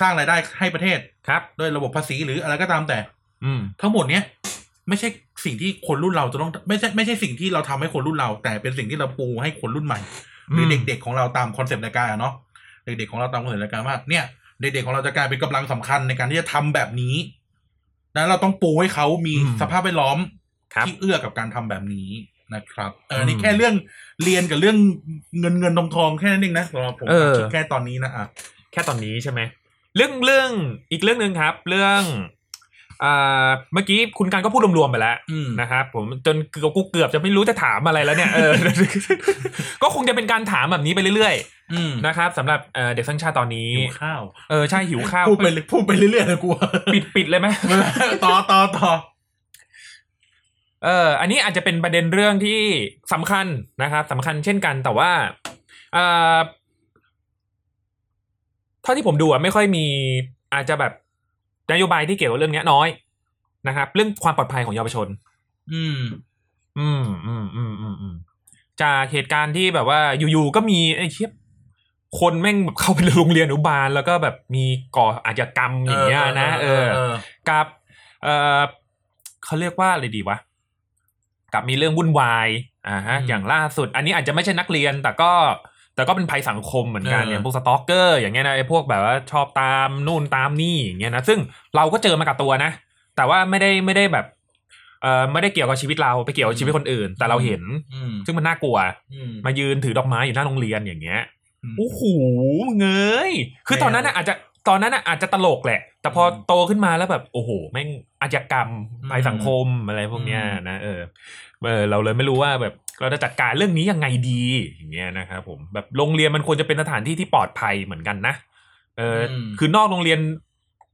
สร้างรายได้ให้ประเทศ ครับ ด้วยระบบภาษีหรืออะไรก็ตามแต่ อืม ทั้งหมดเนี้ยไม่ใช่สิ่งที่คนรุ่นเราจะต้องไม่ใช่ไม่ใช่สิ่งที่เราทำให้คนรุ่นเรา แต่เป็นสิ่งที่เราปูให้คนรุ่นใหม่ หรือ ม เด็ก ๆ ของเราตามคอนเซปต์รายการอะเนาะเด็กๆของเราตามคอนเซปต์รายการว่าเนี่ย เด็กๆของเราจะกลายเป็นกำลังสำคัญในการที่จะทำแบบนี้นะเราต้องปูให้เขามี อืม สภาพแวดล้อม ครับ ที่เอื้อกับการทำแบบนี้นะครับ เออ ม อนี่แค่เรื่องเรียนกับเรื่องเงินเงินทองทองแค่นั้นเองนะสำหรับผม เออ คิดแค่ตอนนี้นะอ่ะ แค่ตอนนี้ใช่ไหมเรื่องเรื่องอีกเรื่องหนึ่งครับ เรื่องอ่าเมื่อกี้คุณการก็พูดรวมๆไปแล้ว อืม นะครับผมจนเกือบกูเกือบจะไม่รู้จะถามอะไรแล้วเนี่ยเอ อ ก็คงจะเป็นการถามแบบนี้ไปเรื่อย อืม ๆนะครับสำหรับเอ่อเด็กสร้างชาติตอนนี้ หิวข้าว เออใช่หิวข้าว พูดไปเลยพูดไปเรื่อยๆนะกู ปิดปิดเลยไหม ต่อต่อต่อ เอออันนี้อาจจะเป็นประเด็นเรื่องที่สำคัญนะครับสำคัญเช่นกันแต่ว่าเอ่อเท่าที่ผมดูอะไม่ค่อยมีอาจจะแบบนโยบายที่เกี่ยวกับเรื่องเนี้ยน้อยนะครับ เรื่องความปลอดภัยของเยาวชน อืม อืมอืมอืมอืมอืมจากเหตุการณ์ที่แบบว่าอยู่ๆก็มีไอ้เชียคนแม่งแบบเข้าไปโรงเรียนอนุบาล แล้วก็แบบมีก่ออาชญากรรมอย่างเงี้ยนะเออกับ เออเขาเรียกว่าอะไรดีวะกับมีเรื่องวุ่นวายอ่าฮะ อืม อย่างล่าสุด อันนี้อาจจะไม่ใช่นักเรียน แต่ก็ แต่ก็เป็นภัยสังคมเหมือนกัน เออ อ อ ย่างพวกสตอกเกอร์อย่างเงี้ยนะไอ้พวกแบบว่าชอบตามนู่นตามนี่อย่างเงี้ยนะซึ่งเราก็เจอมากับตัวนะ แต่ว่าไม่ได้ไม่ได้แบบเออไม่ได้เกี่ยวกับชีวิตเราไปเกี่ยวกับชีวิตคนอื่น แต่เราเห็น อืม ซึ่งมันน่ากลัว อืม มายืนถือดอกไม้อยู่หน้าโรงเรียนอย่างเงี้ย อืม โอ้โหมึงเงยคือตอนนั้นน่ะอาจจะตอนนั้นน่ะอาจจะตลกแหละ แต่พอโตขึ้นมาแล้วแบบ โอ้โห แม่งอาชญากรรม อืม ภัยสังคมอะไรพวกเนี้ย อืม นะเออเออ เราเลยไม่รู้ว่าแบบเราจะจัดการเรื่องนี้ยังไงดีอย่างเงี้ยนะครับผมแบบโรงเรียนมันควรจะเป็นสถานที่ที่ปลอดภัยเหมือนกันนะเอออ ม คือนอกโรงเรียน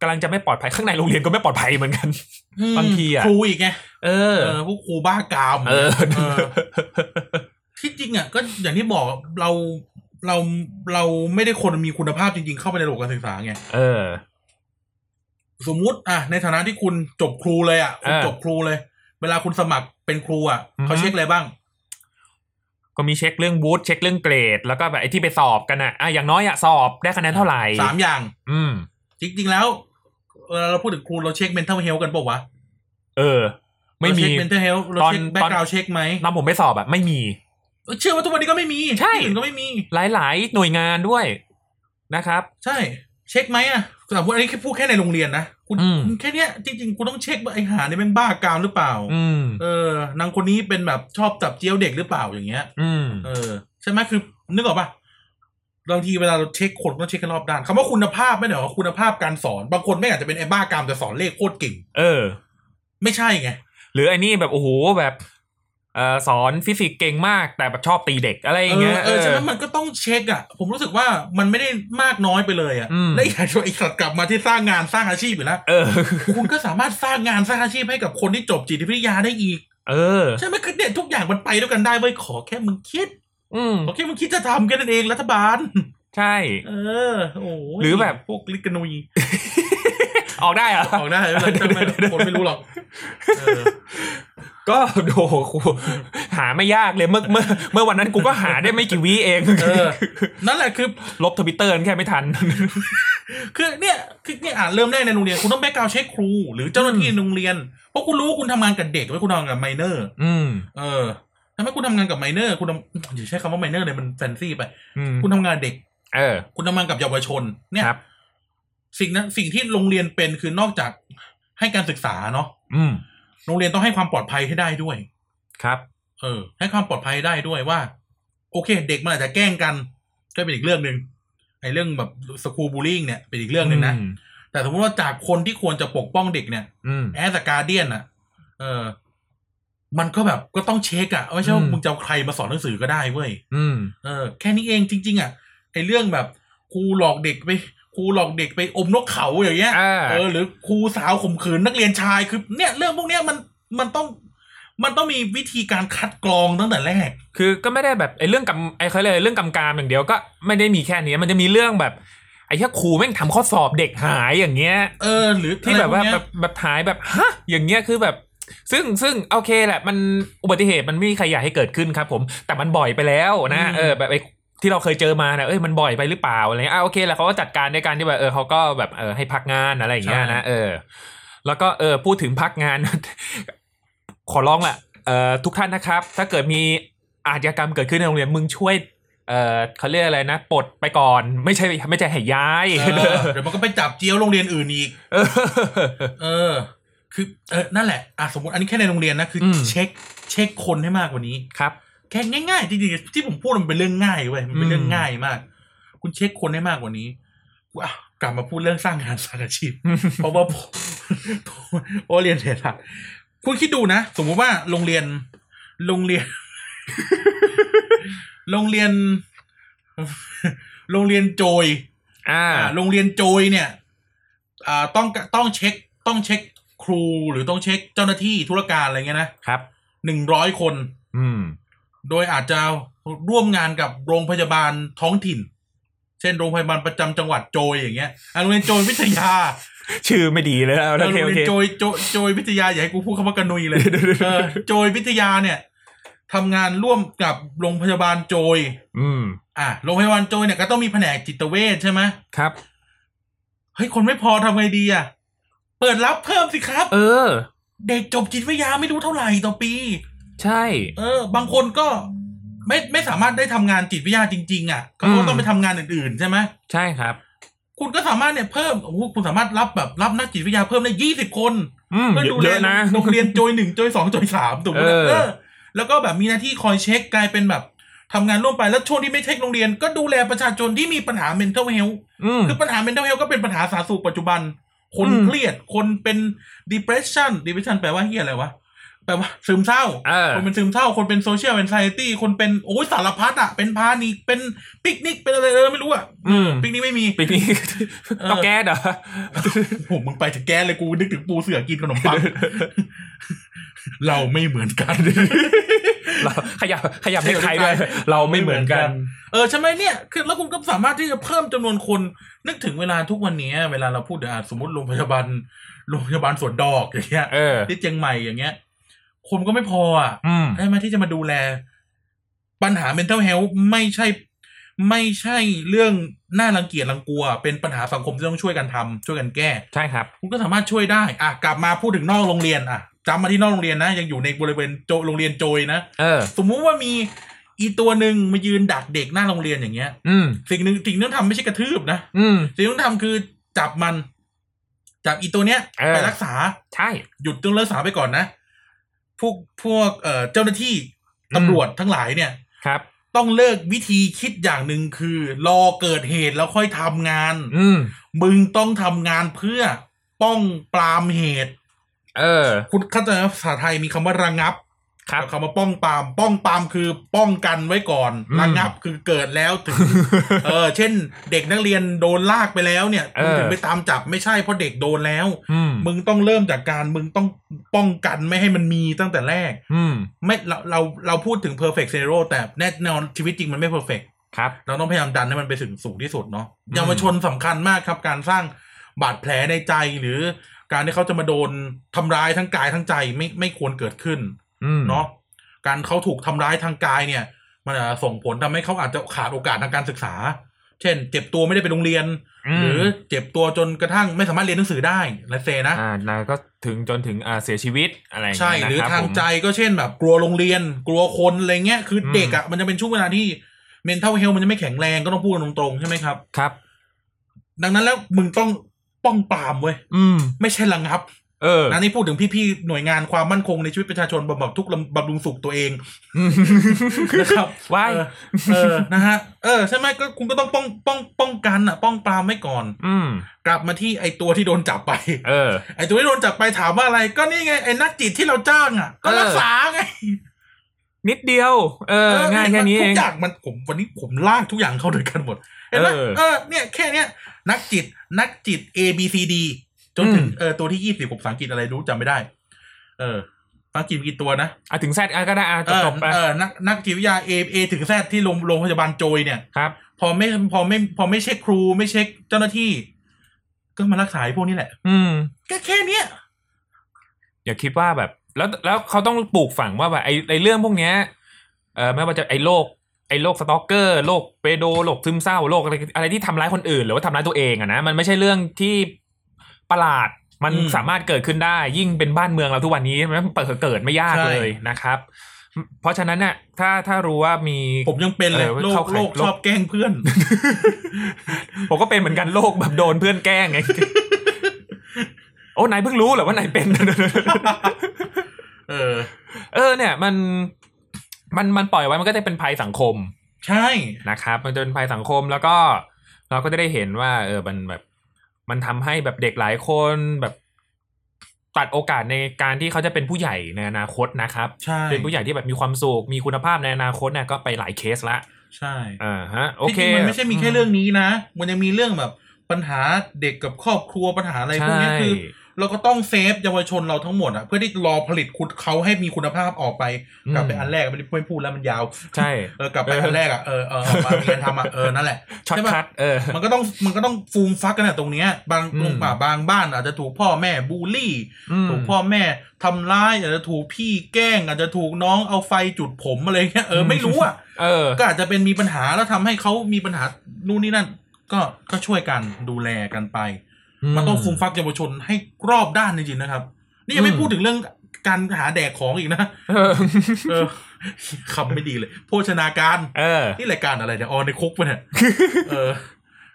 กำลังจะไม่ปลอดภัยข้างในโรงเรียนก็ไม่ปลอดภัยเหมือนกัน บางทีอะ ครูอีกไง เออ เออพวกครูบ้ากาม เออ เออ ที่จริงอ่ะก็อย่างที่บอกเราเราเราไม่ได้คนมีคุณภาพจริง ๆ เข้าไปในระบบการศึกษาไง เออ สมมุติอ่ะในฐานะที่คุณจบครูเลยอ่ะคุณ เออ จบครูเลย เวลาคุณสมัครเป็นครูอ่ะ อือฮึ เขาเช็คอะไรบ้าง ก็มีเช็คเรื่องวูดเช็คเรื่องเกรด แล้วก็แบบไอ้ที่ไปสอบกันอะอ่ะอย่างน้อยอะสอบได้คะแนนเท่าไหร่ สามอย่าง อืม จริง ๆ แล้วเวลาเราพูดถึงครูเราเช็ค mental health กันปะวะ เออ ไม่มี เราเช็ค mental health เราเช็ค ตอน background เช็คไหม ตอนผมไปสอบอะไม่มี เชื่อว่าทุกวันนี้ก็ไม่มี ใช่ ที่อื่นก็ไม่มี หลาย ๆ หน่วยงานด้วยนะครับ ใช่ เช็คไหมอ่ะแต่ว่าอันนี้แค่พูดแค่ในโรงเรียนนะคุณ อืม คุณแค่เนี้ยจริงๆคุณต้องเช็คว่าไอ้หาเนี่ยแม่งบ้ากามหรือเปล่า อืม เออนางคนนี้เป็นแบบชอบจับเจียวเด็กหรือเปล่าอย่างเงี้ย อืม เออใช่ไหมคือ นึกออกปะบางทีเวลาเราเช็คคนต้องเช็คให้รอบด้านคำว่าคุณภาพไม่ได้หมายความว่าคุณภาพการสอนบางคนไม่อาจจะเป็นไอ้บ้ากามแต่สอนเลขโคตรเก่ง เออ ไม่ใช่ไง หรือไอ้นี่แบบโอ้โหแบบเออสอนฟิสิกส์เก่งมากแต่แบบชอบตีเด็กอะไรอ เอย่าง อ เงี้ย เออฉะนั้นมันก็ต้องเช็คอ่ะ ผมรู้สึกว่ามันไม่ได้มากน้อยไปเลยอ่ะ อืม และอีกอย่างไอ้สัตว์กลับมาที่สร้างงานสร้างอาชีพอยู่แล้ว เออ คุณก็สามารถสร้างงานสร้างอาชีพให้กับคนที่จบจิตวิทยาได้อีก เออ ใช่ไหมคือเนี่ยทุกอย่างมันไปด้วยกันได้เว้ยขอแค่มึงคิด อืม ขอแค่มึงคิดจะทำแค่นั้นเองรัฐบาล ใช่ เออโอ้ย หรือแบบ พวกลิกานุย ออกได้เหรอ ออกได้ไม่เป็นไร เดี๋ยว คนไม่รู้หรอกเออ ก็โอ้โหกูหาไม่ยากเลยเมื่อเมื่อเมื่อวันนั้นกูก็หาได้ไม่กี่วิเอง เออ นั่นแหละคือ ลบทวิตเตอร์แค่ไม่ทัน คือเนี่ยคือเนี่ยอ่านเริ่มแรกในโรงเรียนคุณต้องแบกกราวเช็คครู หรือเจ้าหน้าที่ในโรงเรียน เพราะคุณรู้ว่าคุณทำงานกับเด็กไม่คุณทำงานกับไมเนอร์ อืม เออทำไมคุณทำงานกับไมเนอร์คุณทำอย่าใช้คำว่าไมเนอร์เลยมันแฟนซี่ไป อืม คุณทำงานเด็ก เออ คุณทำงานกับเยาวชน เนี่ย ครับ สิ่งนั้นสิ่งที่โรงเรียนเป็นคือนอกจากให้การศึกษาเนาะ อืม โรงเรียนต้องให้ความปลอดภัยให้ได้ด้วย ครับ เออ ให้ความปลอดภัยได้ด้วยว่า โอเค เด็กมันอาจจะแกล้งกัน ก็เป็นอีกเรื่องหนึ่งไอ้เรื่องแบบสคูบูลิงเนี่ยเป็นอีกเรื่องหนึ่งนะ ม แต่สมมติว่าจากคนที่ควรจะปกป้องเด็กเนี่ย อืม แอสการเดียนอ่ะ เออ มันก็แบบก็ต้องเช็คอะไม่ใช่ว่า อืม มึงจะเอาใครมาสอนหนังสือก็ได้เว้ย อืม เออแค่นี้เองจริง ๆอะไอ้เรื่องแบบครูหลอกเด็กไป ครูหลอกเด็กไปอมนกเขาอย่างเงี้ย อ่า เออหรือครูสาวข่มขืนนักเรียนชายคือ เนี่ยเรื่องพวกเนี้ยมันมันต้องมันต้องมีวิธีการคัดกรองตั้งแต่แรก คือก็ไม่ได้แบบไอ้เรื่องกำไอ้เขาเลยกอะไรเรื่องกำกามอย่างเดียวก็ไม่ได้มีแค่นี้มันจะมีเรื่องแบบ ไอ้ที่ครูแม่งทำข้อสอบเด็กหายอย่างเงี้ย เออ หรือ ที่แบบว่า อะไร แบ พก บแบเนี้ยบหายแบบฮะอย่างเงี้ยคือแบบ ซึ่งซึ่งโอเคแหละ มันอุบัติเหตุมันไม่มีใครอยากให้เกิดขึ้นครับ ผม แต่มันบ่อยไปแล้วนะเออแบบไอ้ที่เราเคยเจอมานะเอ้ยมันบ่อยไปหรือเปล่าอะไรเงี้ยอ่ะโอเคแหละเขาก็จัดการในการที่แบบเออเขาก็แบบเออให้พักงานอะไรอย่างเงี้ยนะเออ แล้วก็เออพูดถึงพักงาน ขอร้องแหละเอ่อทุกท่านนะครับ ถ้าเกิดมีอาชญากรรมเกิดขึ้นในโรงเรียนมึงช่วย เออเขาเรียกอะไรนะปลดไปก่อน ไม่ใช่ไม่ใช่ให้ย้าย เออเดี๋ยวมันก็ไปจับเจียวโรงเรียนอื่นอีก เอ อ เออ คือเออนั่นแหละอ่ะสมมติอันนี้แค่ในโรงเรียนนะคืออ ม เช็คเช็คคนให้มากกว่านี้ ครับ แค่ง่ายๆจริงๆที่ผมพูดมันเป็นเรื่องง่ายเว้ยมันเป็นเรื่องง่ายมาก คุณเช็คคนให้มากกว่านี้อ่ะกลับมาพูดเรื่องสร้างงานสร้างอาชีพ เพราะว่าผมเพราะว่าเรียนเศรษฐศาสตร์คุณคิดดูนะ สมมุติว่าโรงเรียน โรงเรียน โรงเรียน โรงเรียนโจย อ่า อ่าโรงเรียนโจยเนี่ย อ่าต้องต้องเช็ค ต้องเช็คครูหรือต้องเช็คเจ้าหน้าที่ธุรการอะไรเงี้ยนะครับ หนึ่งร้อยคน อืม โดยอาจจะร่วมงานกับโรงพยาบาลท้องถิ่น เช่นโรงพยาบาลประจำจังหวัดโจยอย่างเงี้ยอ่ะโรงเรียนโจยวิทยา ชื่อไม่ดีเลยนะ เรา โอเคโอ เรียน เค โจยโจยโจยวิทยาอย่าให้กูพูดคำว่ากระนุยเลย เออโจยวิทยาเนี่ยทำงานร่วมกับโรงพยาบาลโจย อืม อ่ะโรงพยาบาลโจยเนี่ยก็ต้องมีแผนกจิตเวชใช่ไหม ครับ เฮ้ยคนไม่พอทำไงดีอ่ะเปิดรับเพิ่มสิครับ เออ เด็กจบจิตวิทยาไม่รู้เท่าไหร่ต่อปี ใช่ เออ บางคนก็ไม่ไม่สามารถได้ทำงานจิตวิทยาจริง ๆ อ่ะเขาก็ต้องไปทำงานอื่นๆใช่ไหม ใช่ครับ คุณก็สามารถเนี่ยเพิ่มโอ้โหคุณสามารถรับแบบรับนักจิตวิทยาเพิ่มได้ยี่สิบคน อืม เพื่อดูแล เยอะนะ โรงเรียนโจยหนึ่งโจยสองโจยสามถูกไหม เออ เออ แล้วก็แบบมีหน้าที่คอยเช็คกลายเป็นแบบทำงานร่วมไปแล้วช่วงที่ไม่เช็คโรงเรียน ก็ดูแลประชาชนที่มีปัญหา mental health อืม คือปัญหา mental health ก็เป็นปัญหาสาธารณสุขปัจจุบัน คน อืม เครียด คนเป็น depression depression แปลว่าเฮียอะไรวะ แปลว่าซึมเศร้า เออ คนเป็นซึมเศร้า คนเป็นโซเชียล a n น i ายตี้ คนเป็นโอ้ยสารพัดอะเป็นพานิกเป็นปิกนิก เป็นอะไรเออไม่รู้อะ อืม ปิกนิกไม่มี ปีนี้ เออ ต้องแก้เหรอ โอ้โหมึงไปจะแก้เลยกูนึกถึงปูเสือกินขนมปัง เราไม่เหมือนกัน เราขยับขยับในไทยด้วยเราไม่เหมือนกัน เออใช่ไหมเนี่ยคือแล้วคุณก็สามารถที่จะเพิ่มจำนวนคนนึกถึงเวลาทุกวันนี้ เวลาเราพูดเดี๋ยวอ่ะสมมติโรงพยาบาลโรงพยาบาลสวนดอกอย่างเงี้ย เออ ที่เชียงใหม่อย่างเงี้ย คนก็ไม่พออ่ะ อืม ใช่ไหมที่จะมาดูแล ปัญหา mental health ไม่ใช่ ไม่ใช่เรื่องน่ารังเกียจรังกลัว เป็นปัญหาสังคมที่ต้องช่วยกันทำช่วยกันแก้ ใช่ครับ คุณก็สามารถช่วยได้ อ่ะ กลับมาพูดถึงนอกโรงเรียน อ่ะจำมาที่นอกโรงเรียนนะ ยังอยู่ในบริเวณโจโรงเรียนโจยนะ เออ สมมุติว่ามีอีตัวหนึ่งมายืนดักเด็กหน้าโรงเรียนอย่างเงี้ย อืม สิ่งหนึ่งสิ่งที่ต้องทำไม่ใช่กระทืบนะ อืม สิ่งที่ต้องทำคือจับมัน จับอีตัวเนี้ย เออ ไปรักษา ใช่ หยุดต้องรักษาไปก่อนนะ พวกพวกเอ่อเจ้าหน้าที่ตำรวจทั้งหลายเนี่ย ครับ ต้องเลิกวิธีคิดอย่างหนึ่งคือ รอเกิดเหตุแล้วค่อยทำงาน อืม มึงต้องทำงานเพื่อป้องปรามเหตุ เออ คุณเข้าใจไหมภาษาไทยมีคำว่าระงับ ครับ กับคำว่าป้องปราม ป้องปรามคือป้องกันไว้ก่อน อืม ระงับคือเกิดแล้ว ถึง เออ เช่น เด็กนักเรียนโดนลากไปแล้วเนี่ย เออ มึงถึงไปตามจับไม่ใช่เพราะเด็กโดนแล้ว อืม มึงต้องเริ่มจากการมึงต้องป้องกันไม่ให้มันมีตั้งแต่แรก อืม ไม่เราเราเราพูดถึง perfect zero แต่แน่นอนชีวิตจริงมันไม่ perfect ครับ เราต้องพยายามดันให้มันไปถึงสูงที่สุดเนาะ อืม เยาวชนสำคัญมากครับ การสร้างบาดแผลในใจหรือการที่เขาจะมาโดนทำร้ายทั้งกายทั้งใจไม่ไม่ควรเกิดขึ้น อืม เนาะการเขาถูกทำร้ายทางกายเนี่ย มันอาจจะส่งผลทำให้เขาอาจจะขาดโอกาสทางการศึกษา เช่น เจ็บตัวไม่ได้ไปโรงเรียน ม หรือเจ็บตัวจนกระทั่งไม่สามารถเรียนหนังสือได้และเซนะ อ่านายก็ถึงจนถึงอ่าเสียชีวิตอะไรย่า ใช่ เย หรือ นะค ทา บ ง ผม ใจก็เช่นแบบกลัวโรงเรียน กลัวคนอะไรเงี้ยคืออ ม เด็กอะ่ะมันจะเป็นช่วงเวลาที่ mental health มันจะไม่แข็งแรงก็ต้องพูดกันตรงๆใช่ไหมครับ ครับ ดังนั้นแล้วมึงต้องป้องปรามเว้ย อืม ไม่ใช่ระงับ เออ นะนี่พูดถึงพี่ๆหน่วยงานความมั่นคงในชีวิตประชาชนบำบัดทุกข์บำรุงสุขตัวเอง อืม นะครับ ว้าย เออเออนะฮะเออใช่ไหมก็คุณก็ต้องป้องป้องป้องกันอ่ะ ป้องปรามไว้ก่อน อืม กลับมาที่ไอตัวที่โดนจับไป เออ ไอตัวที่โดนจับไปถามว่าอะไร ก็นี่ไงไอนักจิตที่เราจ้างอ่ะ ก็รักษาไง นิดเดียว เออ ง่ายแค่นี้ ทุ เอง กอย่างมันผมวันนี้ผมลากทุกอย่างเข้าด้วยกันหมดเห็นไหม เออ เออเนี่ยแค่เนี้ยนักจิตนักจิต A B C D จนถึง อืม เออตัวที่ยี่สิบผมภาษาอังกฤษอะไรรู้จำไม่ได้ เออภาษาอังกฤษมีกี่ตัวนะ อ่ะถึงแซดก็ได้อ่ะ เออ จบๆไป เออนักนักจิตวิทยา A A ถึงแซที่โรงโรงพยาบาลโจยเนี่ย ครับ พอไม่พอไม่พอไม่เช็คครูไม่เช็คเจ้าหน้าที่ ก็มารักษาไอ้พวกนี้แหละ อืม ก็แค่เนี้ย อย่าคิดว่าแบบ แล้วแล้วเขาต้องปลูกฝังว่าแบบไอ้ไอ้เรื่องพวกเนี้ยเออไม่ว่าจะไอ้โรคไอ้โรคสตอกเกอร์โรคเปโดโรคซึมเศร้าโรคอะไรอะไรที่ทำร้ายคนอื่น หรือว่าทำร้ายตัวเองอะนะมันไม่ใช่เรื่องที่ประหลาดมัน อืม สามารถเกิดขึ้นได้ ยิ่งเป็นบ้านเมืองเราทุกวันนี้มันเปิดเกิดไม่ยาก ใช่ เลยนะครับ เพราะฉะนั้นเนี่ยถ้าถ้ารู้ว่ามี ผมยังเป็นเลย เออ โล เข้าก ข่าย โลก โรค ชอบแกล้งเพื่อน ผมก็เป็นเหมือนกันโรคแบบโดนเพื่อนแกล้งไง โอ้นายเพิ่งรู้เหรอว่านายเป็น เออ เออเนี่ยมันมันมันปล่อยไว้มันก็จะเป็นภัยสังคม ใช่ นะครับ มันจะเป็นภัยสังคมแล้วก็เราก็จะได้เห็นว่า เออมันแบบ มันทำให้แบบเด็กหลายคนแบบตัดโอกาสในการที่เขาจะเป็นผู้ใหญ่ในอนาคตนะครับ ใช่ เป็นผู้ใหญ่ที่แบบมีความสุขมีคุณภาพในอนาคตเนี่ยก็ไปหลายเคสละ ใช่ อ่าฮะโอ ที่ เค จริงมันไม่ใช่มีแค่เรื่องนี้นะ มันยังมีเรื่องแบบปัญหาเด็กกับครอบครัวปัญหาอะไรพวกเนี้ย ใช่ คือ เราก็ต้องเซฟเยาวชนเราทั้งหมดอะเพื่อที่รอผลิตคุณเขาให้มีคุณภาพออกไป อืม กลับไปอันแรกไม่ได้ไม่พูดแล้วมันยาว ใช่ เออกลับไปอันแรกอะเออเออเออมามีงานทำอะเออนั่นแหละ ช็อต ใช่ปะ คัดเออ มันก็ต้องมันก็ต้องฟูมฟักกันอะตรงเนี้ยบาง อืม ลงป่าบางบ้านอาจจะถูกพ่อแม่บูลลี่ ม ถูกพ่อแม่ทำร้ายอาจจะถูกพี่แกล้ง อาจจะถูกน้องเอาไฟจุดผมอะไรเงี้ยเออ อืม ไม่รู้อะ เออ ก็อาจจะเป็นมีปัญหาแล้วทำให้เขามีปัญหานู่นนี่นั่น ก็ก็ช่วยกันดูแลกันไป มันต้องฟูมฟักเยาวชนให้รอบด้านจริงๆนะครับ นี่ยังไม่ อืม พูดถึงเรื่องการหาแดกของอีกนะ เออ เออคำไม่ดีเลย โภชนาการ เออ นี่รายการอะไรเนี่ยออนในคุกปะเนี่ยเออ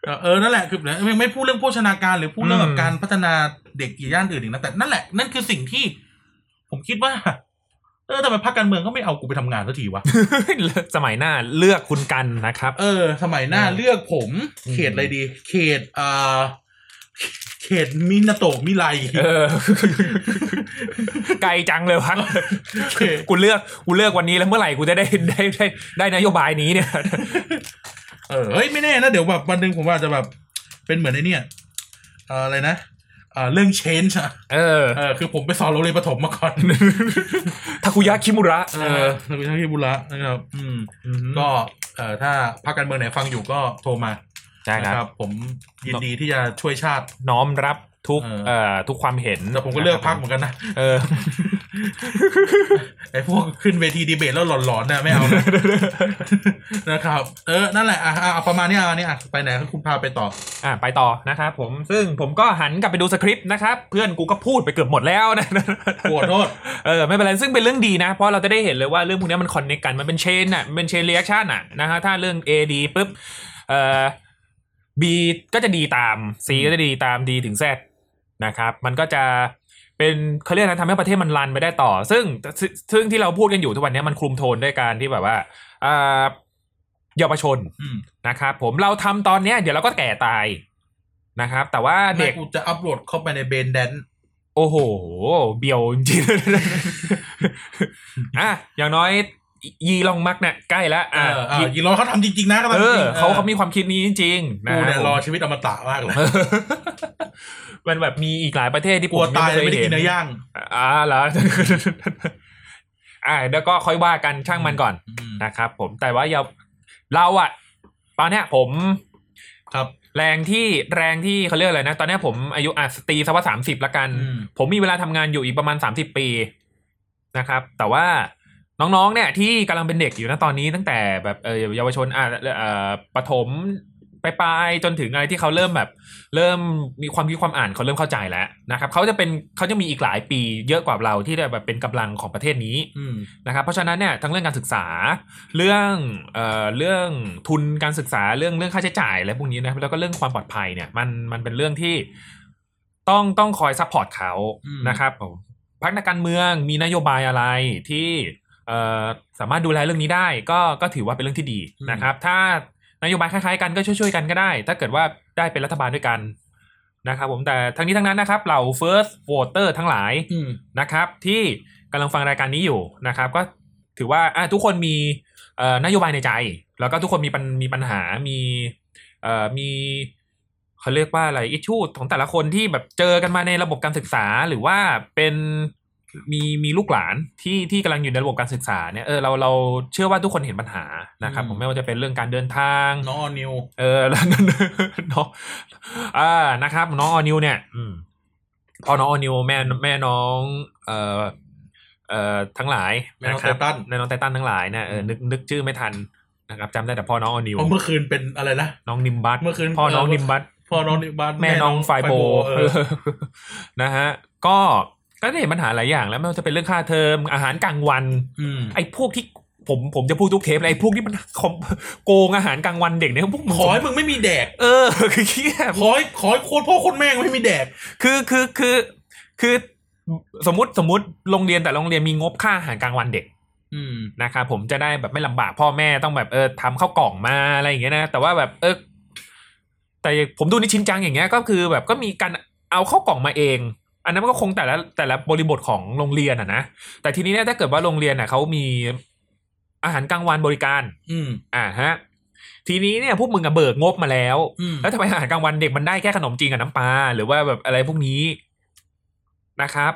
เออเออนั่นแหละคือเนี่ยยังไม่พูดเรื่องโภชนาการหรือพูดเรื่อง อื แบ ม บการพัฒนาเด็กอีกย่านอื่นอีกนะแต่นั่นแหละนั่นคือสิ่งที่ ผมคิดว่า เออทำไมพรรคการเมืองก็ไม่เอากูไปทำงานสักทีวะ สมัยหน้าเลือกคุณกันนะครับ เออ สมัยหน้า เออ เลือกผม อืม เขตอะไรดี เขตอ่าเขตมินาโตะมิไล เออ ไกลจังเลยพัก เขต กูเลือกกูเลือกวันนี้แล้วเมื่อไหร่กูจะได้ได้ได้ได้นโยบายนี้เนี่ย เออเฮ้ยไม่แน่นะ เดี๋ยวแบบวันหนึ่งผมอาจจะแบบ เป็นเหมือนไอ้เนี่ยเอ่ออะไรนะเอ่อเรื่อง change อะ เอ อ เออคือผมไปสอนโรงเรียนประถมมาก่อน ทาคุยะคิมุระ เออนักวิชาที่บุระนะครับอืม ก็ ก็เอ่อถ้าพรรคการเมืองไหนฟังอยู่ก็โทรมา ใช่ นะครับ ครับ ผมยินดีที่จะช่วยชาติ น้อมรับทุก เออ เอ่อทุกความเห็น แต่ผมก็เลือกพรรคเหมือนกันนะ เออ ไอ้พวกขึ้นเวทีดีเบตแล้วหลอนๆเนี่ยไม่เอานะ นะครับ เออ นั่นแหละอ่ะอ่ะอ่ะประมาณนี้อ่ะนี่อ่ะ ไปไหนครับคุณพาไปต่อ อ่ะไปต่อนะครับผมซึ่งผมก็หันกลับไปดูสคริปต์นะครับ เพื่อนกูก็พูดไปเกือบหมดแล้วนะ ปวดโทษ เออไม่เป็นไรซึ่งเป็นเรื่องดีนะ เพราะเราจะได้เห็นเลยว่าเรื่องพวกนี้มันคอนเนคกันมันเป็นเชนอ่ะมันเป็นเชนเรียกชันอ่ะนะฮะถ้าเรื่อง A ดีปุ๊บเอ่อ B ก็จะดีตาม C ก็จะดีตาม D ถึง Z นะครับ มันก็จะเป็นเขาเรียกนะทำให้ประเทศมันรันไปได้ต่อ ซึ่งซึ่งซึ่งที่เราพูดกันอยู่ทุกวันนี้มันคลุมโทนด้วยการที่แบบว่าเอ่อเยาวชน อืม นะครับผมเราทำตอนเนี้ยเดี๋ยวเราก็แก่ตายนะครับ แต่ว่า เด็ เด็ ก ก กูจะอัพโหลดเข้าไปในเบนแดน โอ้โห เบียวจริงๆ อ่ะ อย่างน้อยยีลองมักเนี่ยใกล้แล้ว เอ อ่ะ อเออยีรอนเขาทำจริง ๆ นะเขาทำ เอ จ อ ริงๆ เขาเขามีความคิดนี้จริงๆนะ กูเนี่ยรอ ผม ชีวิตอมตะมากเลย เออ มันแบบมีอีกหลายประเทศที่ กลัว ผ ตาย ง เลยไม่ได้ ค กินเนื้อย่าง อ่ าแล้ว อ่าแล้วก็ค่อยว่ากันช่างมันก่อน อืม นะครับผมแต่ว่าอย่าเราอะตอนเนี้ยผม ครับ แรงที่แรงที่เขาเรียกอะไรนะ ตอนเนี้ยผมอายุอ่ะตีสวัสสามสิบละกัน อืม ผมมีเวลาทำงานอยู่อีกประมาณสามสิบปีนะครับ แต่ว่าน้องๆ เนี่ยที่กำลังเป็นเด็กอยู่นะตอนนี้ตั้งแต่แบบเออเยาวชนอ่ะเอ่อประถมไปลายๆจนถึงอะไรที่เขาเริ่มแบบ เริ่มมีความคิดความอ่านเขาเริ่มเข้าใจแล้วนะครับเขาจะเป็นเขาจะมีอีกหลายปีเยอะกว่าเราที่จะแบบเป็นกำลังของประเทศนี้ อืม นะครับเพราะฉะนั้นเนี่ยทั้งเรื่องการศึกษาเรื่องเอ่อเรื่องทุนการศึกษาเรื่องเรื่องค่าใช้จ่ายอะไรพวกนี้นะครับแล้วก็เรื่องความปลอดภัยเนี่ยมันมันเป็นเรื่องที่ต้องต้องคอยซัพพอร์ตเขา อืม นะครับผมพรรคนักการเมืองมีนโยบายอะไรที่เอ่อสามารถดูแลเรื่องนี้ได้ก็ก็ถือว่าเป็นเรื่องที่ดีนะครับ ถ้านโยบายคล้ายๆกันก็ช่วยๆกันก็ได้ ถ้าเกิดว่าได้เป็นรัฐบาลด้วยกันนะครับผมแต่ทั้งนี้ทั้งนั้นนะครับเหล่า first voter ทั้งหลาย อืม นะครับที่กำลังฟังรายการนี้อยู่นะครับ ก็ ถือว่าอ่ะทุกคนมีเอ่อนโยบายในใจ แล้วก็ทุกคนมีปัญมีปัญหามีเอ่อมีเขาเรียกว่าอะไรอิชชูของแต่ละคนที่แบบเจอกันมาในระบบการศึกษาหรือว่าเป็นมีมีลูกหลานที่ที่กำลังอยู่ในระบบการศึกษาเนี่ยเออเราเราเชื่อว่าทุกคนเห็นปัญหานะครับ อืม ผมไม่ว่าจะเป็นเรื่องการเดินทาง น้องออร์นิว เออ แล้วนั่นน้องอ่านะครับ น้องออนิวเนี่ย อืมพ่อน้องออนิวแม่แม่น้อง เอ่อเอ่อทั้งหลาย แม่น้อง ะครับ ไททัน แม่น้องไททันทั้งหลายเนี่ยเออนึกนึกชื่อไม่ทันนะครับจำได้แต่พ่อน้องออนิว เพราะเมื่อคืนเป็นอะไรนะ น้องนิมบัต เมื่อคืน พ่อน้อง เออ นิมบัต พ่อน้องนิบ้าน แม่น้องไฟโบ เอ เอ อ อ นะฮะ ก็ก็ได้เห็นปัญหาหลายอย่างแล้วไม่ว่าจะเป็นเรื่องค่าเทอมอาหารกลางวัน อืม ไอ้พวกที่ผมผมจะพูดทุกเทปเลยไอ้พวกที่มัน คอมโกงอาหารกลางวันเด็กเนี่ยพวก ขอให้มึงไม่มีแดก เอ อคือเหี้ย ขอให้ขอให้โคตรพ่อโคตรแม่งไม่มีแดก คือคือคือคือสมมติสมมติโรงเรียนแต่โรงเรียนมีงบค่าอาหารกลางวันเด็ก อืม นะครับผมจะได้แบบไม่ลำบากพ่อแม่ต้องแบบเออทำข้าวกล่องมาอะไรอย่างเงี้ยนะแต่ว่าแบบเออแต่ผมดูในชินจังอย่างเงี้ยก็คือแบบก็มีการเอาข้าวกล่องมาเอง อันนั้นมันก็คงแต่ละแต่ละบริบทของโรงเรียนอะนะแต่ทีนี้เนี่ยถ้าเกิดว่าโรงเรียนน่ะเขามีอาหารกลางวันบริการ อืม อ่าฮะทีนี้เนี่ยพวกมึงอะเบิกงบมาแล้ว อืม แล้วทำไมอาหารกลางวันเด็กมันได้แค่ขนมจีนกับน้ำปลาหรือว่าแบบอะไรพวกนี้นะครับ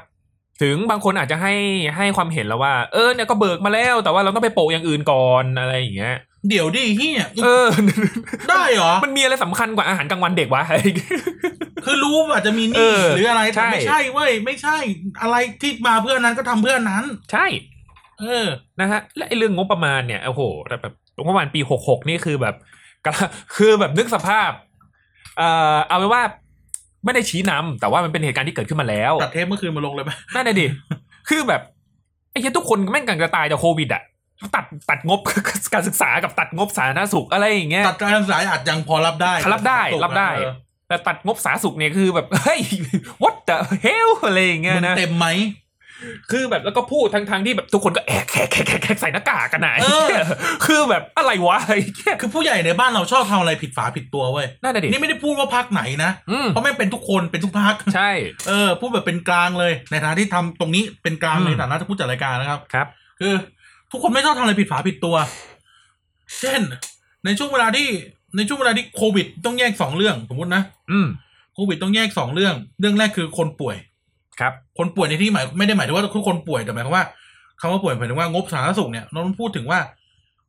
ถึงบางคนอาจจะให้ให้ความเห็นแล้วว่า เออเนี่ยก็เบิกมาแล้วแต่ว่าเราต้องไปโปะอย่างอื่นก่อนอะไรอย่างเงี้ย เดี๋ยวดิเฮีย เอ อ ได้เหรอ มันมีอะไรสำคัญกว่าอาหารกลางวันเด็กวะ คือรู้ว่าอาจจะมีห เอ นี่ อ หรืออะไรใช่แต่ไม่ใช่เว้ยไม่ใช่ อะไรที่มาเพื่อนนั้นก็ทำเพื่อนนั้น ใช่ เออ นะฮะและไอ้เรื่องงบประมาณเนี่ยโอ้โหแต่แบบงบประมาณปีหกหกนี่คือแบบกำลัง คือแบบนึกสภาพ เอ่อเอาไว้ว่าไม่ได้ชี้นำแต่ว่ามันเป็นเหตุการณ์ที่เกิดขึ้นมาแล้ว ตัดเทปเมื่อคืนมาลงเลยไหม นั่นน่ะดิ คือแบบไอ้เหี้ยทุกคนแม่งกำลังจะตายจากโควิดอ่ะ ตัดตัดงบ การศึกษากับตัดงบสาธารณสุขอะไรอย่างเงี้ย ตัดการสายอาจยังพอรับได้ รับได้รับได้ เออ แต่ตัดงบสาธารณสุขเนี่ยคือแบบ เฮ้ย what the hell อะไรอย่างเงี้ย มัน นะ เต็มไหม คือแบบแล้วก็พูดทั้งทางๆที่แบบทุกคนก็แอกแขกแขกแขกใส่หน้ากากกันไหนะไอ้ เออ เหี้ย คือแบบอะไรวะไอ้เหี้ย คือผู้ใหญ่ในบ้านเราชอบทำอะไรผิดฝาผิดตัวเว้ย นั่นน่ะดิ นี่ไม่ได้พูดว่าพักไหนนะ อืม เพราะแม่งเป็นทุกคนเป็นทุกพัก ใช่ เออพูดแบบเป็นกลางเลย ในฐานะที่ทำตรงนี้เป็นกลาง อืม ในฐานะที่ผู้จัดรายการนะครับ ครับ คือทุกคนไม่ชอบทำอะไรผิดฝาผิดตัว เช่น ในช่วงเวลาที่ในช่วงเวลาที่โควิดต้องแยกสองเรื่องสมมตินะ อืม โควิดต้องแยกสองเรื่อง เรื่องแรกคือคนป่วย ครับ คนป่วยในที่หมายไม่ได้หมายถึงว่าทุกคนป่วยแต่หมายความว่าคำว่าป่วยหมายถึงว่างบสาธารณสุขเนี่ยเราต้องพูดถึงว่า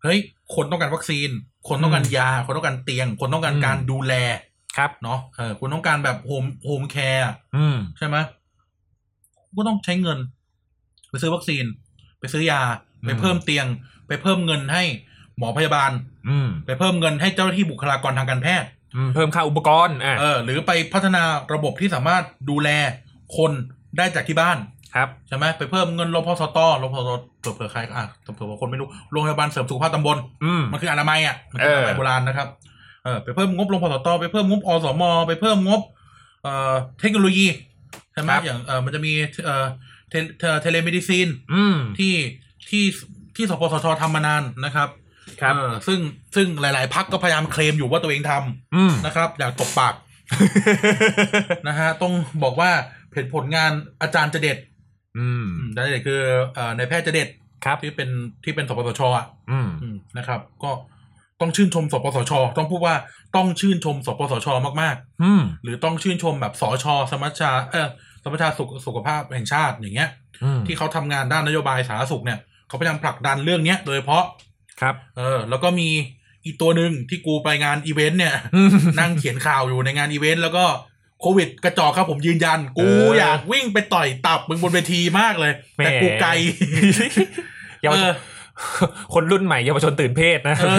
เฮ้ยคนต้องการวัคซีน คนต้องการยา คนต้องการเตียง คนต้องการ อืม การดูแล ครับ เนาะเออคนต้องการแบบโฮมโฮมแคร์ อืม ใช่ไหมก็ต้องใช้เงิน ไปซื้อวัคซีน ไปซื้อยา ไปเพิ่มเตียง ไปเพิ่มเงินให้หมอพยาบาล อืม ไปเพิ่มเงินให้เจ้าหน้าที่บุคลากรทางการแพทย์ อืมเพิ่มค่าอุปกรณ์อ่ะ เออ หรือไปพัฒนาระบบที่สามารถดูแลคนได้จากที่บ้าน ครับ ใช่ไหมไปเพิ่มเงินรพสตรพสตเผื่อๆใครอ่ะเผื่อๆบางคนไม่รู้โรงพยาบาลเสริมสุขภาพตำบล อืม มันคืออนามัยอ่ะมันคือ เออ อ อ นามัยโบราณนะครับเออไปเพิ่มงบโรงพยาบาลสตไปเพิ่มงบอสมไปเพิ่มงบเอ่อเทคโนโลยีใช่ไหมอย่างเออมันจะมีเอ่อเทเทเทเลเมดิซีน อืม ที่ที่ที่สปสชทำมานานนะครับ ครับ เออซึ่งซึ่งหลาย ๆพักก็พยายามเคลมอยู่ว่าตัวเองทำ อืม นะครับอยากตบปาก นะฮะต้องบอกว่าเพจผลงานอาจารย์เจเด็ด อืม อืมอาจารย์เจเด็ดคือเอ่อในายแพทย์เจเด็ด ครับ ที่เป็นที่เป็นสปสชอ่ะ อืม อืมนะครับ ก็ต้องชื่นชมสปสช ต้องพูดว่าต้องชื่นชมสปสชมาก อืม ๆ หรือต้องชื่นชมแบบสชสมัชชาเออสมัชชาสุขสุขภาพแห่งชาติอย่างเงี้ย อืม ที่เขาทำงานด้านนโยบายสาธารณสุขเนี่ยเขาพยายามผลักดันเรื่องเนี้ยโดยเฉพาะ ครับ เออแล้วก็มีอีกตัวหนึ่งที่กูไปงานอีเวนต์เนี่ย อืม นั่งเขียนข่าวอยู่ในงานอีเวนต์แล้วก็โควิดกระจอกครับผมยืนยัน กู เอออยอากวิ่งไปต่อยตับมึงบนเวทีมากเลย แหม แต่กูไกล เยาว เอ ช อน คนรุ่นใหม่เยาวชนตื่นเพศนะ เออ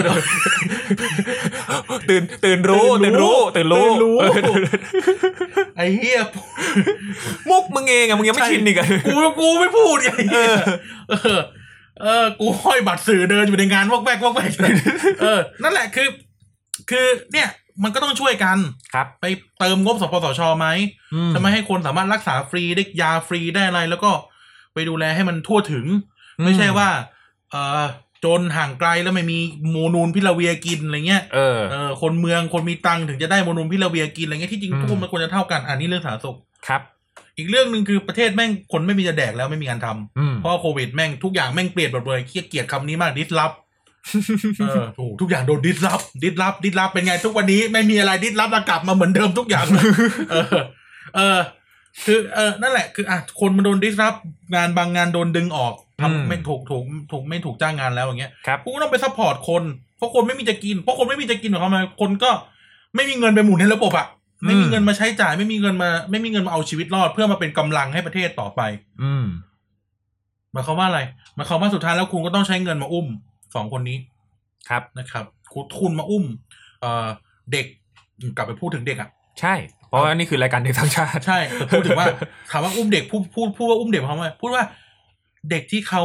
ตื่นตื่นรู้ตื่ตื่น น รู้ รู้ตื่นรู้ ตื่นรู้ เออ ไอ้เหี้ย มุกมึงเองอะมึงยังไม่ชินอีกอะ กูกูไม่พูดไงเออ เออ เออ กูห้อยบัตรสื่อเดินอยู่ในงานวอกแวกวอกแวกเออ นั่นแหละคือ คือเนี่ย มันก็ต้องช่วยกัน ครับ ไปเติมงบสปสชไหม จะไม่ให้คนสามารถรักษาฟรีได้ยาฟรีได้อะไร แล้วก็ไปดูแลให้มันทั่วถึง ไม่ใช่ว่า เออจนห่างไกลแล้วไม่มีโมนูนพิลาเวียกินอะไรเงี้ย เออ เออ คนเมืองคนมีตังค์ถึงจะได้โมนูนพิลาเวียกินอะไรเงี้ยที่จริง อืม ทุกคนมันควรจะเท่ากัน อันนี้เรื่องสาธารณสุข ครับ อีกเรื่องหนึ่งคือประเทศแม่งคนไม่มีจะแดกแล้วไม่มีงานทำ อืม เพราะโควิดแม่งทุกอย่างแม่งเปลี่ยนหมดเลยเกลียดเกลียดคำนี้มากดิสรับเออถูกทุกอย่างโดนดิสรับดิสรับดิสรับเป็นไงทุกวันนี้ไม่มีอะไรดิสรับแล้วกลับมาเหมือนเดิมทุกอย่างเลย เออ เออ คือเออนั่นแหละคืออ่ะคนมันโดนดิสรับงานบางงานโดนดึงออกทำไม่ถูกถูกถูกไม่ถูกจ้างงานแล้วอย่างเงี้ย ครับ กูก็ต้องไปซัพพอร์ตคน เพราะคนไม่มีจะกิน เพราะคนไม่มีจะกินของเขามว่าคนก็ไม่มีเงินไปหมุนในระบบอะไม่มี อืม เงินมาใช้จ่าย ไม่มีเงินมา ไม่มีเงินมาเอาชีวิตรอด เพื่อมาเป็นกำลังให้ประเทศต่อไป อืม หมายความว่าอะไรหมายความว่าสุดท้ายแล้วคุณก็ต้องใช้เงินมาอุ้มสองคนนี้ ครับ นะครับคุณคุณมาอุ้ม เอ่อเด็กกลับไปพูดถึงเด็กอะ ใช่ เพราะว่านี่คือรายการเด็กทั้งชาติ ใช่แต่พูดถึ งว่า ถามว่าอุ้มเด็กพูดพูดพูดว่าอุ้มเด็กเขาไหมายพูดว่าเด็กที่เขา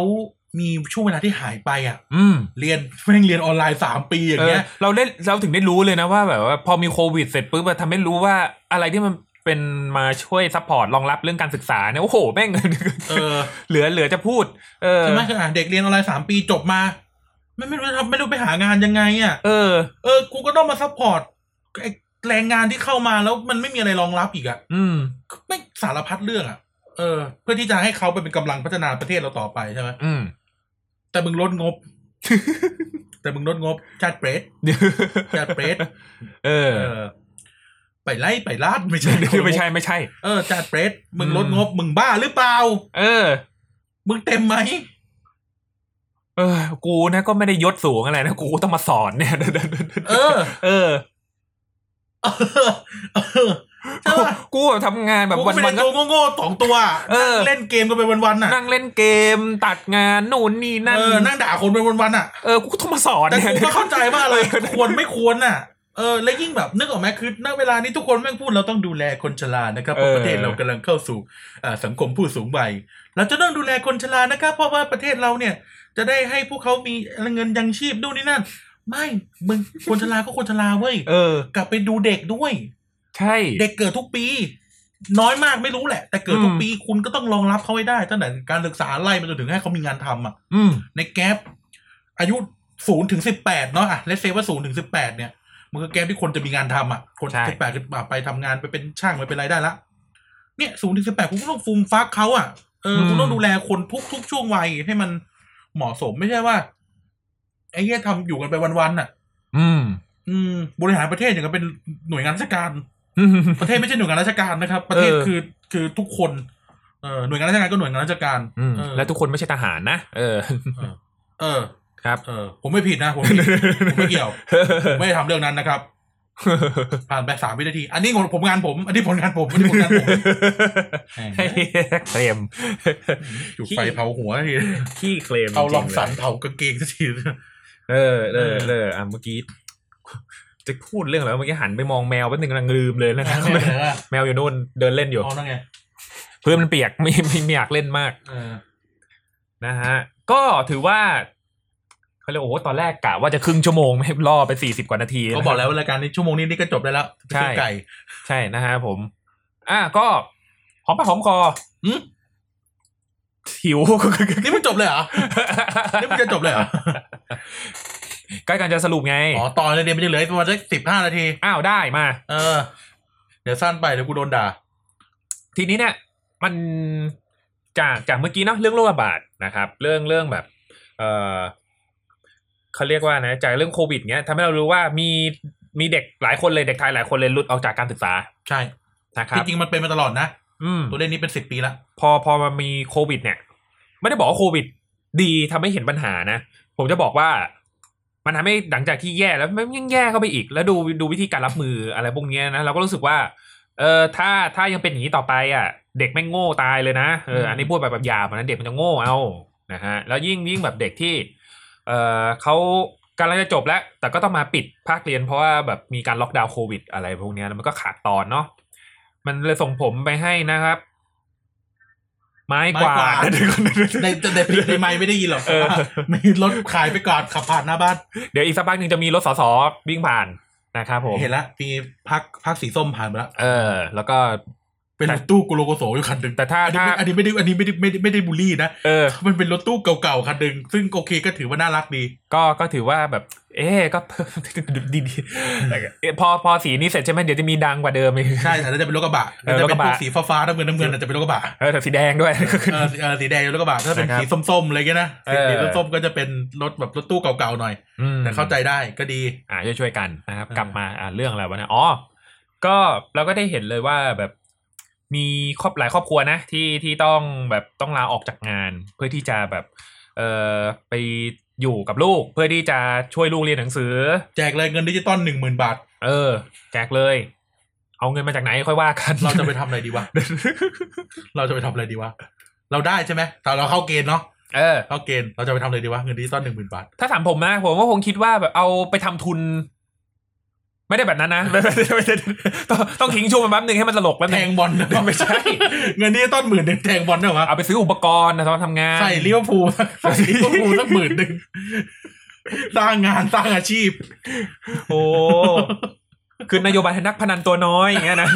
มีช่วงเวลาที่หายไปอะ อืม เรียน แม่งเรียนออนไลน์สามปีอย่างเงี้ย เออเราได้เราถึงได้รู้เลยนะว่าแบบว่าพอมีโควิดเสร็จปุ๊บมาทำให้รู้ว่าอะไรที่มันเป็นมาช่วยซัพพอร์ตรองรับเรื่องการศึกษาเนี่ยโอ้โหแม่ง เออ เหลือเหลือจะพูด เออ ใช่ไหมคืออ่ะเด็กเรียนออนไลน์สามปีจบมา ไม่ไม่รู้จะทำไม่รู้ไปหางานยังไงอ่ะ เออ เออกูก็ต้องมาซัพพอร์ตไอ้แรงงานที่เข้ามาแล้วมันไม่มีอะไรรองรับอีกอ่ะ อืม ไม่สารพัดเรื่องอ่ะเออ เพื่อที่จะให้เขาไปเป็นกำลังพัฒนาประเทศเราต่อไปใช่ไหม อืม แต่มึงลดง บ แต่มึงลดงบชาติเปรตชาติเปรต เออ เออ ไปไล่ไปลาดไม่ใช่ ไม่ใช่ไม่ใช่ เออชาติเปรตมึง อืม ลดงบมึงบ้าหรือเปล่า เออ มึงเต็มไหม เออ กูนะก็ไม่ได้ยศสูงอะไรนะ กูก็ต้องมาสอนเนี่ย เออ เออ เออเออกูใช่ปะ กูแบบทำงานแบบ กู วัน ไม่ วั ได้ นๆก็ ตัวโง่ๆสองตัว เออ นั่งเล่นเกมกันไปวันๆน่ะ นั่งเล่นเกมตัดงานนู่นนี่นั่น เออนั่งด่าคนไปวันๆน่ะ เออกูก็ต้องมาสอน แต่ เนี่ย กูก็เข้าใจว่าอะไร เออ ควรไม่ควรน่ะ เออ และยิ่งแบบนึกออกไหมคือณเวลานี้ทุกคนแม่งพูดเราต้องดูแลคนชรานะครับเพราะประเทศเรากำลังเข้าสู่เอ่อสังคมผู้สูงวัยเราจะต้องดูแลคนชรานะครับ เพราะว่าประเทศเราเนี่ย จะได้ให้พวกเขามีเงินยังชีพนู่นนี่นั่น ไม่มึงคนชราก็คนชราเว้ย เออ กลับไปดูเด็กด้วย ใช่ เด็กเกิดทุกปี น้อยมากไม่รู้แหละ แต่เกิดทุก อืม ปีคุณก็ต้องรองรับเขาให้ได้ตั้งแต่การศึกษาไล่มาจนถึงให้เขามีงานทำอ่ะ อืม ในแกลบอายุศูนย์ถึงสิบแปดเนาะอ่ะเลสเซว่าศูนย์ถึงสิบแปดเนี่ย มันคือแกลบที่คนจะมีงานทำอ่ะ คน ใช่ สิบแปดขึ้นมาไปทำงานไปเป็นช่างไปเป็นอะไรได้ละเนี่ยศูนย์ถึงสิบแปดคุณก็ต้องฟูมฟักเขาอ่ะเออคุณต้องดูแลคนทุกทุกช่วงวัยให้มันเหมาะสมไม่ใช่ว่า ไอ้เหี้ยทำอยู่กันไปวันๆอ่ะ อืม อืมบริหารประเทศอย่างกับเป็นหน่วยงานราชการ ประเทศไม่ใช่หน่วยงานราชการนะครับ ประเทศ เออ คือคือทุกคนเออหน่วยงานราชการก็หน่วยงานราชการ อืม เออ แล้วทุกคนไม่ใช่ทหารนะเออ เออ ครับ เออ ผมไม่ผิดนะผมไม่ผิดผมไม่เกี่ยวผม ไม่ได้ทำเรื่องนั้นนะครับ ผ่านไปสามวินาที อันนี้ของผมงานผม อันนี้ผลงานผมอันนี้ผลงาน ผม เคลม จุดไฟเผาหัวที ขี้เคลม เอาหลอง จริๆ สัน ย เผากาง เกงสักที เออเออ เออ เอออ่ะเมื่อกี้จะพูดเรื่องอะไรวะเมื่อกี้หันไปมองแมวแป๊บนึงกำลังลืมเลยนะ ไม่เป็นไรวะ แมวอยู่นู่นเดินเล่นอยู่ อ๋อนั่นไง เพื่อนมันเปียก ไม่ไม่ไม่อยากเล่นมาก เออ นะฮะ ก็ถือว่าเขาเรียกโอ้โหตอนแรกกะว่าจะครึ่งชั่วโมงไม่ล่อไปสี่สิบกว่านาทีนะ ก็บอกแล้วว่ารายการนี้ชั่วโมงนี้นี่ก็จบได้แล้ว ใช่ ไปซื้อไก่ ใช่นะฮะผม อ่ะก็หอมปากหอมคอ หืม หิว นี่มันจบเลยเหรอนี่มันจะจบ เลยเหรอ ใกล้กันจะสรุปไง อ๋อตอนเลยเดียวมันจะเหลือประมาณสักสิบห้านาที อ้าวได้มา เออ เดี๋ยวสั้นไปเดี๋ยวกูโดนด่า ทีนี้เนี่ยมันจากจากเมื่อกี้เนาะเรื่องโรคระบาดนะครับ เรื่องเรื่องแบบ เออเขาเรียกว่านะจากเรื่องโควิดเนี้ยทำให้เรารู้ว่ามีมีเด็กหลายคนเลยเด็กไทยหลายคนเลยหลุดออกจากการศึกษา ใช่ นะครั ที่ บ จริงมันเป็นมาตลอดนะ อืม ตัวเลขนี้เป็นสิบปีละ พอพอมันมีโควิด เนี่ย ไม่ได้บอกว่าโควิด ดีทำให้เห็นปัญหานะ ผมจะบอกว่า มันทำให้หลังจากที่แย่แล้วมันยังแย่เข้าไปอีก แล้วดูดูวิธีการรับมืออะไรพวกเนี้ยนะเราก็รู้สึกว่า เออถ้าถ้ายังเป็นอย่างนี้ต่อไปอ่ะ เด็กแม่งโง่ตายเลยนะเอออันนี้พูดแบบแบบหยาบอะนะเด็กมันจะโง่เอานะฮะแล้วยิ่งยิ่งแบบเด็กที่ เออเขากำลังจะจบแล้ว แต่ก็ต้องมาปิดภาคเรียนเพราะว่าแบบมีการล็อกดาวน์โควิด อะไรพวกเนี้ยแล้วมันก็ขาดตอนเนาะมันเลยส่งผมไปให้นะครับ ไม้กวาด ในในในไมค์ไม่ได้ยินหรอก เออ มีรถขายไปก่อนขับผ่านหน้าบ้าน เดี๋ยวอีกสักพักหนึ่งจะมีรถสสวิ่งผ่านนะครับผม เห็นละมีพักพักสีส้มผ่านไปละ เออ แล้วก็ เป็นรถตู้กุโลโกโสอยู่คันหนึ่ง แต่ถ้า อันนี้ ถ้า ไม่อันนี้ไม่ได้อันนี้ไม่ได้ไม่ได้ไม่ได้บูลลี่นะ เออ มันเป็นรถตู้เก่าๆคันหนึ่งซึ่งโอเคก็ถือว่าน่ารักดี ก็ก็ถือว่าแบบ เอ๊ะก็ ดีดีแต่ก็เอ๊ะพอพอสีนี้เสร็จใช่ไหมเดี๋ยวจะมีดังกว่าเดิมอีก ใช่แต่ถ้าจะเป็นรถกระบะ เออ จะ รถก เป็น ระบะ พวกสีฟ้าๆน้ำเงินน้ำเงินอาจจะเป็นรถกระบ ะ เออแต่สีแดงด้วย เออสีเออสีแดงเป็นรถกระบะถ้าเป็น นะครับ สีส้มๆอะไรเงี้ยนะสี เออ สีส้มๆก็จะเป็นรถแบบรถตู้เก่าๆหน่อย ม แต่เข้าใจได้ก็ดี อ่าช่วยๆกันนะครับ เออ กลับมาอ่าเรื่องอะไรวะนะอ๋อก็เราก็ได้เห็นเลยว่าแบบมีครอบหลายครอบครัวนะ ที่ที่ต้องแบบต้องลาออกจากงาน เพื่อที่จะแบบเออไปอยู่กับลูก เพื่อที่จะช่วยลูกเรียนหนังสือ แจกเลยเงินดิจิตอลหนึ่งหมื่นบาท เออ แจกเลย เอาเงินมาจากไหนค่อยว่ากัน เราจะไปทำอะไร ดีวะ เราจะไปทำอะไรดีวะ เราได้ใช่ไหมแต่เราเข้าเกณฑ์เนาะ เออ เข้าเกณฑ์เราจะไปทำอะไรดีวะเงินดิจิตอลหนึ่งหมื่นบาท ถ้าถามผมนะผมก็คงคิดว่าแบบเอาไปทำทุน ไม่ได้แบบนั้นนะ ไม่ไม่ไม่ไม่ต้องต้องทิ้งช่วงไปแป๊บนึงให้มันตลกแป๊บ แท นึ ง ง บอลนะ ไม่ใช่ เงินดิจิตอลหมื่นหนึ่งแทงบอลได้หรอวะ เอาไปซื้ออุปกรณ์นะสำหรับทำงาน ใส่ลิเวอร์พูลใส่ลิเวอร์พูลสักหมื่นหนึ่ง สร้างงานสร้างอาชีพ โอ้ คือนโยบายให้นักพนันตัวน้อยอย่างเงี้ยนะ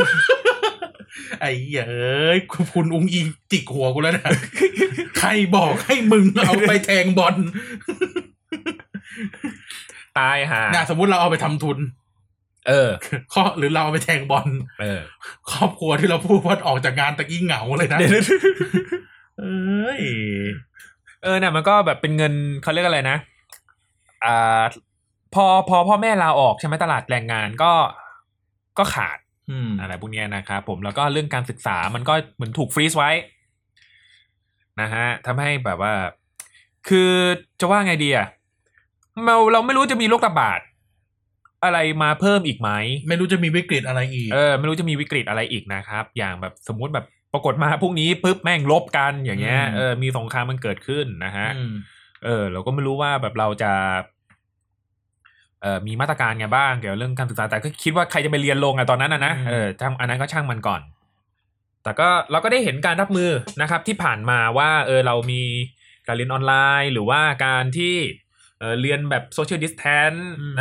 ไอ้เหี้ยเอ้ยคุณอุ้งอิงจิกหัวกูแล้วนะ ใครบอกให้มึงเอาไปแทงบอล ตายห่า นะสมมติเราเอาไปทำทุน เออ ข้อหรือเราเอาไปแทงบอล เออ ครอบครัวที่เราพูดว่าออกจากงานตะกี้เหงาเลยนะ เดี๋ยว เอ้ย เออเนี่ยมันก็แบบเป็นเงินเขาเรียกอะไรนะ อ่า พอพอพ่อแม่ลาออกใช่ไหมตลาดแรงงานก็ ก็ขาด อืม อะไรพวกเนี้ยนะครับผมแล้วก็เรื่องการศึกษามันก็เหมือนถูกฟรีซไว้ นะฮะทำให้แบบว่า คือจะว่าไงดีอะเราเราไม่รู้จะมีโรคระบาดอะไรมาเพิ่มอีกไหม ไม่รู้จะมีวิกฤตอะไรอีก เออไม่รู้จะมีวิกฤตอะไรอีกนะครับ อย่างแบบสมมุติแบบปรากฏมาพรุ่งนี้ปุ๊บแม่งลบกันอย่างเงี้ย อืม เออมีสงครามมันเกิดขึ้นนะฮะ อืม เออ เราก็ไม่รู้ว่าแบบเราจะเออมีมาตรการไงบ้างเกี่ยวกับเรื่องการศึกษาแต่ก็คิดว่าใครจะไปเรียนลงอะตอนนั้นอะนะเออทำอันนั้นก็ช่างมันก่อน แต่ก็เราก็ได้เห็นการรับมือนะครับ ที่ผ่านมาว่า เออเรามีการเรียนออนไลน์ หรือว่าการที่เออเรียนแบบโซเชียลดิสแทน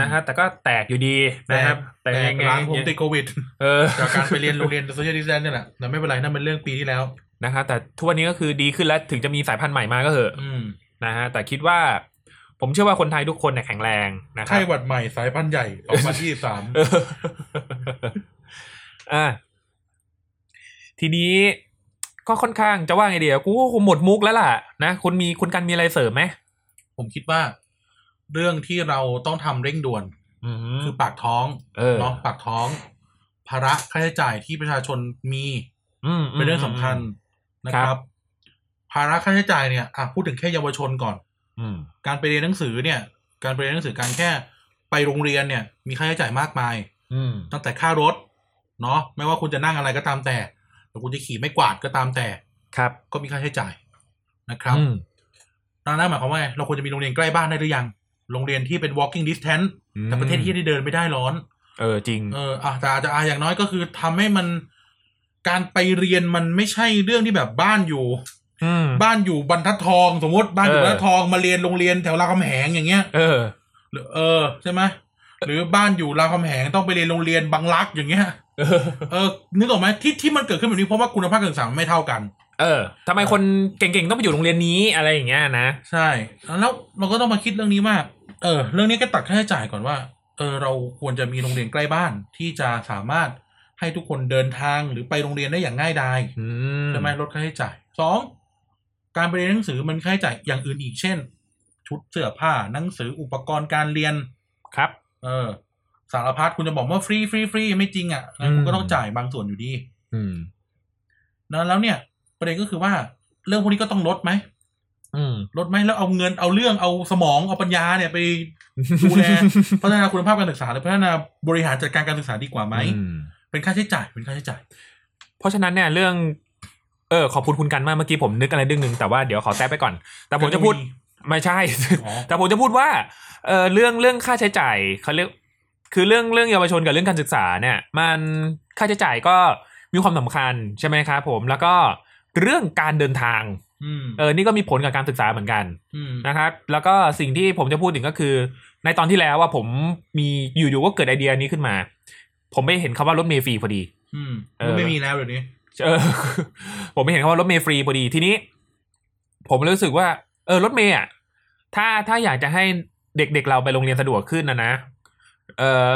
นะฮะแต่ก็แตกอยู่ดีนะครับ แต่ แต่ยังไง ร้านผมติดโควิด เออ จากการไปเรียนโรงเรียนโซเชียลดิสแตนเนี่ยแหละแต่ไม่เป็นไรนั่นเป็นเรื่องปีที่แล้ว นะครับแต่ทุกวันนี้ก็คือดีขึ้นแล้วถึงจะมีสายพันธุ์ใหม่มาก็เหอะ อืม นะฮะแต่คิดว่า ผมเชื่อว่าคนไทยทุกคนเนี่ยแข็งแรงนะครั ไข้ บ หวัดใหม่สายพันธุ์ใหญ่ออกมาที่สาม เออ อ่ะทีนี้ก็ค่อนข้างจะว่าไงเดียวกูก็คงหมดมุกแล้วล่ะนะคุณมีคุณกันมีอะไรเสริมไหม ผมคิดว่า เรื่องที่เราต้องทำเร่งด่วน อืม คือปากท้อง เออ เนาะปากท้องภาระค่าใช้จ่ายที่ประชาชนมี อืมม เป็นเรื่องสำคัญนะค ครั รับ บ ภาระค่าใช้จ่ายเนี่ยอ่ะพูดถึงแค่เยาวชนก่อน อืม การไปเรียนหนังสือเนี่ย การไปเรียนหนังสือการแค่ไปโรงเรียนเนี่ย มีค่าใช้จ่ายมากมาย อืม ตั้งแต่ค่ารถ เนาะไม่ว่าคุณจะนั่งอะไรก็ตามแต่หรือคุณจะขี่ไม่กวาดก็ตามแต่ ครับ ก็มีค่าใช้จ่ายนะครับ อืม ดังนั้นหมายความว่าไงเราควรจะมีโรงเรียนใกล้บ้านได้หรือยัง โรงเรียนที่เป็น walking distance แต่ประเทศที่ที่เดินไม่ได้ร้อน เออจริง เอออ่ะแต่อาจจะอ่ะอย่างน้อยก็คือทำให้มันการไปเรียนมันไม่ใช่เรื่องที่แบบบ้านอยู่ อืม บ้านอยู่บรรทัดทองสมมติบ้านอยู่ เอบ ร อ รทัดทองมาเรียนโรงเรียนแถวรามคำแหงอย่างเงี้ย เออ หรือเออใช่ไหมหรือบ้านอยู่รามคำแหงต้องไปเรียนโรงเรียนบางรักอย่างเงี้ย เออ เออนึกออกไหมที่ที่มันเกิดขึ้นแบบนี้เพราะว่าคุณภาพการศึกษามันไม่เท่ากัน เออทำไมคนเก่งๆต้องไปอยู่โรงเรียนนี้อะไรอย่างเงี้ยนะ ใช่ แล้วเราก็ต้องมาคิดเรื่องนี้ว่าเออ เรื่องนี้ก็ตัดค่าใช้จ่ายก่อนว่า เออ เราควรจะมีโรงเรียนใกล้บ้านที่จะสามารถให้ทุกคนเดินทางหรือไปโรงเรียนได้อย่างง่ายดาย อืม ใช่ไหมลดค่าใช้จ่ายสองการไปเรียนหนังสือมันค่าใช้จ่ายอย่างอื่นอีกเช่น ชุดเสื้อผ้าหนังสืออุปกรณ์การเรียน ครับ เออ สารพัดคุณจะบอกว่าฟรีฟรีฟรีไม่จริงอ่ะงั้นคุณก็ต้องจ่ายบางส่วนอยู่ดี อืม นะแล้วเนี่ยประเด็นก็คือว่าเรื่องพวกนี้ก็ต้องลดไหม อืม ลดไหมแล้วเอาเงินเอาเรื่องเอาสมองเอาปัญญาเนี่ยไป ดูแล พัฒนาคุณภาพการศึกษาหรือพัฒนาบริหารจัดการการศึกษาดีกว่าไหม อื เป็นค่าใช้จ่ายเป็นค่าใช้จ่าย เพราะฉะนั้นเนี่ยเรื่อง เออ ขอบคุณคุณกันมากเมื่อกี้ผมนึกอะไรเรื่องหนึ่งแต่ว่าเดี๋ยวขอแทบไปก่อน แต่ผมจะพูดไม่ใช่ อ๋อ แต่ผมจะพูดว่า เออเรื่องเรื่องค่าใช้จ่ายเขาเรียก คือเรื่องเรื่องเยาวชนกับเรื่องการศึกษาเนี่ย มันค่าใช้จ่ายก็มีความสำคัญใช่ไหมครับผมแล้วก็เรื่องการเดินทาง อืม เออ นี่ก็มีผลกับการศึกษาเหมือนกัน อืม นะครับแล้วก็สิ่งที่ผมจะพูดถึงก็คือ ในตอนที่แล้วว่าผมมีอยู่ๆก็เกิดไอเดียนี้ขึ้นมา ผมไปเห็นคำว่ารถเมล์ฟรีพอดี อืม เออ ไม่มีแล้วเดี๋ยวนี้ เออ ผมไม่เห็นคำว่ารถเมย์ฟรีพอดีทีนี้ ผมเลยรู้สึกว่า เออรถเมย์อ่ะถ้าถ้าอยากจะให้เด็กๆเราไปโรงเรียนสะดวกขึ้นนะนะเออ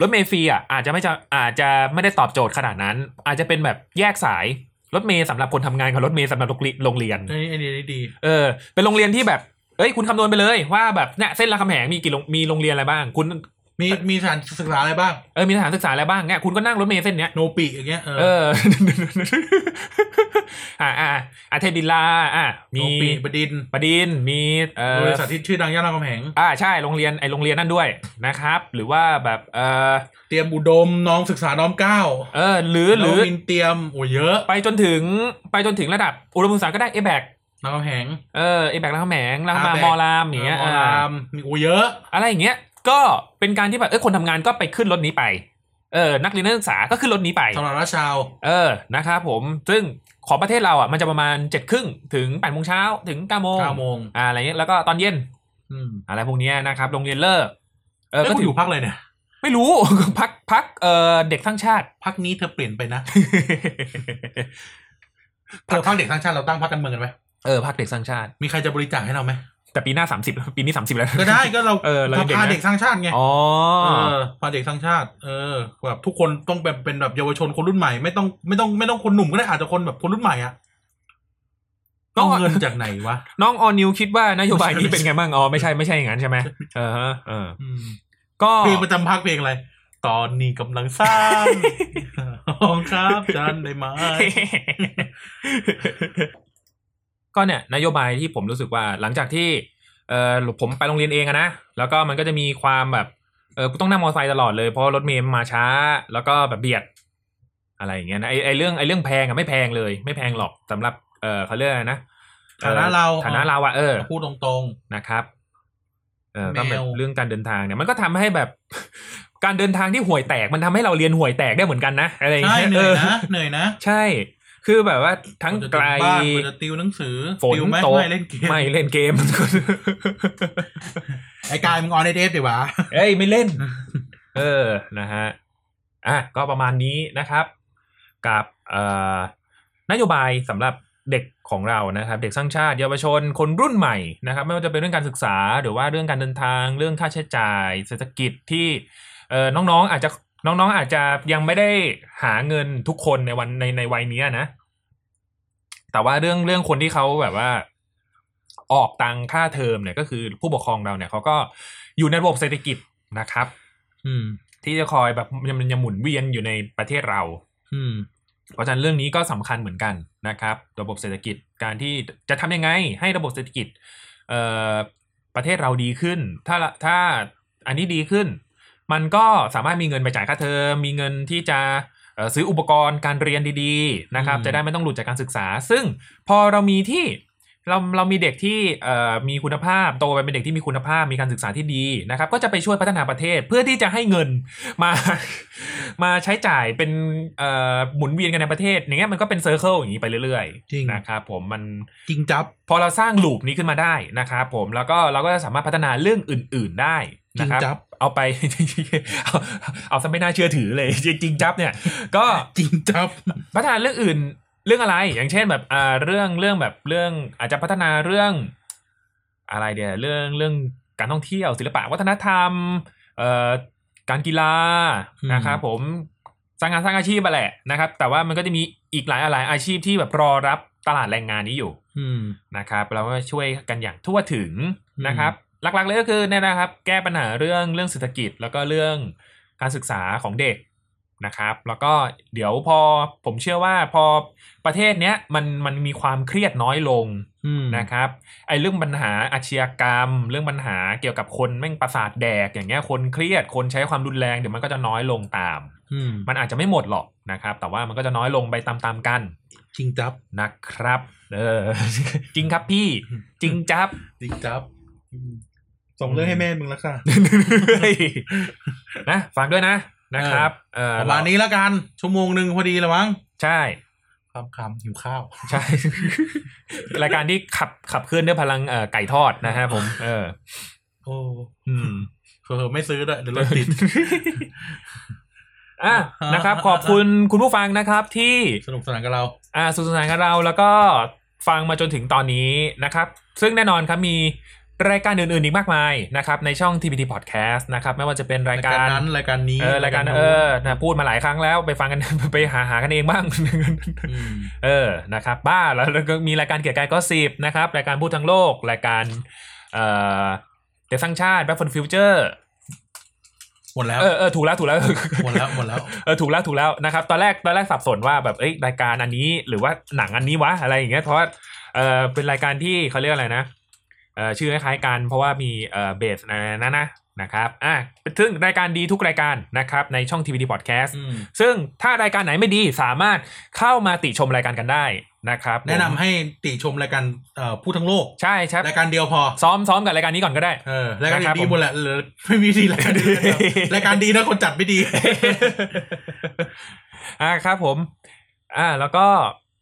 รถเมย์ฟรีอ่ะอาจจะไม่จะอาจจะไม่ได้ตอบโจทย์ขนาดนั้น อาจจะเป็นแบบแยกสายรถเมย์สำหรับคนทำงานกับรถเมย์สำหรับโรงเรียน อันนี้อันนี้อันนี้ดี เออเป็นโรงเรียนที่แบบ เอ้ยคุณคำนวณไปเลยว่าแบบเนี่ยเส้นรามคำแหงมีกี่โรงมีโรงเรียนอะไรบ้าง คุณ มีมีสถานศึกษาอะไรบ้าง เออมีสถานศึกษาอะไรบ้างเนี่ยคุณก็นั่งรถเมล์เส้นเนี้ย โนปิอย่างเงี้ยเอ เอ อ อ อ่ าอ่าอาเทพบิลลาอ่า โน มี ปิบดินทร์ ประดินมีเออบ ริษัทที่ชื่อดังย่านรามคำแหง อ่าใช่โรงเรียนไอโรงเรียนนั่นด้วยนะครับ หรือว่าแบบเออ เตรียมอุดมน้องศึกษาน้อมเกล้า เออหรือห น้ รื อง อ มินเตรียมโอ้เยอะ ไปจนถึงไปจนถึงระดับอุดมศึกษาก็ได้เอแบก รามคำแหง เออเอแบกรามคำแหงรามมา RBAC มอรามอย่างเงี้ย ออ อ่า รามมีโอ้เยอะ อะไรอย่างเงี้ย ก็เป็นการที่แบบเออคนทำงานก็ไปขึ้นรถนี้ไป เออ นักเรียนนักศึกษาก็ขึ้นรถนี้ไป สำหรับราชาว เออ นะครับผม ซึ่งของประเทศเราอ่ะมันจะประมาณเจ็ดครึ่งถึงแปดโมงเช้าถึงเก้าโมง เก้าโมง อ่าอะไรเงี้ย แล้วก็ตอนเย็น อืม อะไรพวกเนี้ยนะครับ โรงเรียนเลิก เออ แล้ว ก็ คุณ ถื อ อยู่ พักอะไรเนี่ย ไม่รู้ พักพักเออเด็กทั้างชาติ พักนี้เธอเปลี่ยนไปนะเธอพักเด็กทั้งชาติเราตั้งพักกันเมืองกันไหม เออ พักเด็กสร้างชาติ มีใครจะบริจาคให้เราไหม แต่ปีหน้าสามสิบ ปีนี้สามสิบแล้ว ก็ได้ก็เรา เออเรายังเด็กนะ พาเด็กสร้างชาติไง อ๋อ เออพาเด็กสร้างชาติ เออแบบทุกคนต้องเป็นเป็นแบบเยาวชนคนรุ่นใหม่ไม่ต้องไม่ต้องไม่ต้องคนหนุ่มก็ได้อาจจะคนแบบคนรุ่นใหม่นอะ้อต้อง งเงินจากไหนวะ น้องออนิวคิดว่านโยบายนี้เป็นไงบ้างอ๋อไม่ใช่ไม่ใช่อย่างนั้นใช่ไหมเออฮะเออ อืม ก็ เพลงประจำพักเพลงอะไร ตอนนี้กำลังสร้ างห้องครับจันได้ไหม ก็เนี่ยนโยบายที่ผมรู้สึกว่าหลังจากที่เออผมไปโรงเรียนเองอะนะแล้วก็มันก็จะมีความแบบเออกูต้องนั่งมอเตอร์ไซค์ตลอดเลยเพราะรถเมล์มาช้า แล้วก็แบบเบียด อะไรอย่างเงี้ยนะไอไอเรื่องไอเรื่องแพงอะไม่แพงเลย ไม่แพงหรอกสำหรับเออเขาเรียกอะไรนะ ฐานะเรา ฐานะเราอะเออ พูดตรง นะครับ เออ แมก็วเป็นเรื่องการเดินทางเนี่ยมันก็ทำให้แบบ การเดินทางที่ห่วยแตกมันทำให้เราเรียนห่วยแตกได้เหมือนกันนะอะไรอ ๆ ย่าง ใช่ เงี้ยเอเหอนื่อยนะเหนื่อยนะ ใช่ คือแบบว่าทั้งไว่าจะกล ถึบ้านว่าจะติวหนังสือ ฝน ติวไหม ตก ไม่เล่นเกม ไม่เล่นเกม ไอ้กาย มึงออนไอเดฟดิวะ เอ้ยไม่เล่น เออนะฮะอ่ะก็ประมาณนี้นะครับ กับเอ่อนโยบายสำหรับเด็กของเรานะครับ เด็กสร้างชาติเยาวชนคนรุ่นใหม่นะครับ ไม่ว่าจะเป็นเรื่องการศึกษา หรือว่าเรื่องการเดินทาง เรื่องค่าใช้จ่าย เศรษฐกิจที่เอ่อน้องๆ อาจจะน้องๆ อาจจะยังไม่ได้หาเงินทุกคนในวันในในวัยเนี้ยนะ แต่ว่าเรื่องเรื่องคนที่เขาแบบว่า ออกตังค่าเทอมเนี่ยก็คือผู้ปกครองเราเนี่ยเขาก็อยู่ในระบบเศรษฐกิจนะครับ อืม ที่จะคอยแบบมันยังหมุนเวียนอยู่ในประเทศเรา อืม เพราะฉะนั้นเรื่องนี้ก็สำคัญเหมือนกันนะครับ ระบบเศรษฐกิจการที่จะทำยังไงให้ระบบเศรษฐกิจเอ่อประเทศเราดีขึ้น ถ้าถ้าอันนี้ดีขึ้น มันก็สามารถมีเงินไปจ่ายค่าเทอมมีเงินที่จะเอ่อซื้ออุปกรณ์การเรียนดีๆนะครับ อืม จะได้ไม่ต้องหลุดจากการศึกษา ซึ่งพอเรามีที่เราเรามีเด็กที่เอ่อมีคุณภาพโตไปเป็นเด็กที่มีคุณภาพมีการศึกษาที่ดีนะครับ ก็จะไปช่วยพัฒนาประเทศเพื่อที่จะให้เงิน มา มาใช้จ่ายเป็นเอ่อหมุนเวียนกันในประเทศ อย่างเงี้ยมันก็เป็นเซอร์เคิลอย่างนี้ไปเรื่อย จริง นะครับผมมัน จริงจับ พอเราสร้างลูปนี้ขึ้นมาได้นะครับผมแล้วก็เราก็จะสามารถพัฒนาเรื่องอื่น ๆได้ จริ นะ ง ครับ จับ เอาไป เอาเอาซะไม่น่าเชื่อถือเลยจริงๆจับเนี่ย ก็ จริงจับ พัฒนาเรื่องอื่นเรื่องอะไร อย่างเช่นแบบอ่าเรื่องเรื่องแบบเรื่องอาจจะพัฒนาเรื่องอะไรเดียเรื่องเรื่องการท่องเที่ยวศิลปะวัฒนธรรมเอ่อการกีฬา อืม นะครับผมสร้างงานสร้างอาชีพไปแหละนะครับ แต่ว่ามันก็จะมีอีกหลายหลายอาชีพที่แบบรอรับตลาดแรงงานนี้อยู่ อืม นะครับเราก็ช่วยกันอย่างทั่วถึง อืม นะครับ หลักๆเลยก็คือเนี่ยนะครับ แก้ปัญหาเรื่องเรื่องเศรษฐกิจแล้วก็เรื่องการศึกษาของเด็กนะครับ แล้วก็เดี๋ยวพอผมเชื่อว่าพอประเทศเนี้ยมันมันมีความเครียดน้อยลง อืม นะครับไอ้เรื่องปัญหาอาชญากรรม เรื่องปัญหาเกี่ยวกับคนแม่งประสาทแดกอย่างเงี้ยคนเครียดคนใช้ความรุนแรงเดี๋ยวมันก็จะน้อยลงตาม อืม มันอาจจะไม่หมดหรอกนะครับ แต่ว่ามันก็จะน้อยลงไปตามๆกัน จริงจับ นะครับ เอ อ จริงครับ พี่ จริงจับ จริงจับอืมส่งเรื่องให้แม่มึงแล้วค่ะ นะฝากด้วยนะนะครับ เออ ประมาณนี้แล้วกันชั่วโมงหนึ่งพอดีละมั้ง ใช่ คำคำหิวข้าว ใช่ รายการที่ขับขับเคลื่อนด้วยพลังเอ่อไก่ทอดนะฮะผม เออ โอ้ อืม เผลอๆไม่ซื้อด้วยเดี๋ยวรถติด อ่ะนะครับ ขอบคุณคุณผู้ฟังนะครับที่ สนุกสนานกับเรา อ่าสุดสนานกับเราแล้วก็ฟังมาจนถึงตอนนี้นะครับ ซึ่งแน่นอนครับมีรายการอื่นๆอีกมากมายนะครับในช่อง TPT Podcast นะครับไม่ว่าจะเป็นราร าย ย กา การ รนั้นรายการนี้ เออรายการเออนะพูดมาหลายครั้งแล้วไปฟังกัน ไปหาหากันเองบ้ าง ม เออนะครับบ้าแล้วก็มีรายการเกี่ยวกับก็สิบนะครับรายการพูดทั้งโลกรายการเอ่อเดสร้างชาติ Back for the Future หมดแล้ว เออเออถูกแล้วถูกแล้ว หมดแล้วหมดแล้ว เออถูกแล้วถูกแล้วนะครับตอนแรกตอนแรกสับสนว่าแบบเอ้ยรายการอันนี้หรือว่าหนังอันนี้วะอะไรอย่างเงี้ยเพราะว่าเออเป็นรายการที่เขาเรียกอะไรนะเออชื่อคล้ายๆกันเพราะว่ามีเออเบสนะนะนะนะครับอ่ะซึ่งรายการดีทุกรายการนะครับในช่องทีวีดีพอดแคสต์ อืม ซึ่งถ้ารายการไหนไม่ดีสามารถเข้ามาติชมรายการกันได้นะครับ แนะนำให้ติชมรายการเอ่อพูดทั้งโลก ใช่ครับ รายการเดียวพอ ซ้อมซ้อมกับรายการนี้ก่อน ก็ได้ เออรายการ นะครับ ดี ผม หมดแหละเหลือไม่มีดีรายการดี ดี รายการดีนะคนจัดไม่ดี อ่าครับผม อ่าแล้วก็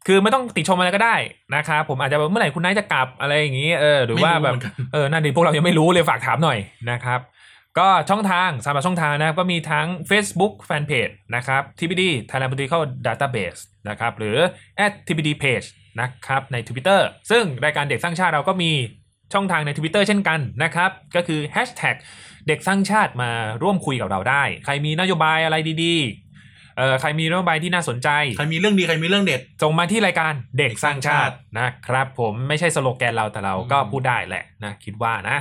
คือไม่ต้องติชมอะไรก็ได้นะครับผมอาจจะแบบเมื่อไหร่คุณนายจะกลับอะไรอย่างนี้เออหรือว่าแบบ ไม่เหมือนกัน เออนั่นดิพวกเรายังไม่รู้เลยฝากถามหน่อยนะครับ ก็ช่องทางสำหรับช่องทางนะครับก็มีทั้ง Facebook Fanpage นะครับ TPD Thailand Political Database นะครับ หรือ at TPD Page นะครับใน Twitter ซึ่งรายการเด็กสร้างชาติเราก็มีช่องทางใน Twitter เช่นกันนะครับ ก็คือ Hashtag เด็กสร้างชาติมาร่วมคุยกับเราได้ ใครมีนโยบายอะไรดีๆเออใครมีนโยบายที่น่าสนใจ ใครมีเรื่องดีใครมีเรื่องเด็ด ส่งมาที่รายการเด็กสร้างชาตินะครับ ผมไม่ใช่สโลแกนเราแต่เราก็ อืม พูดได้แหละนะคิดว่านะ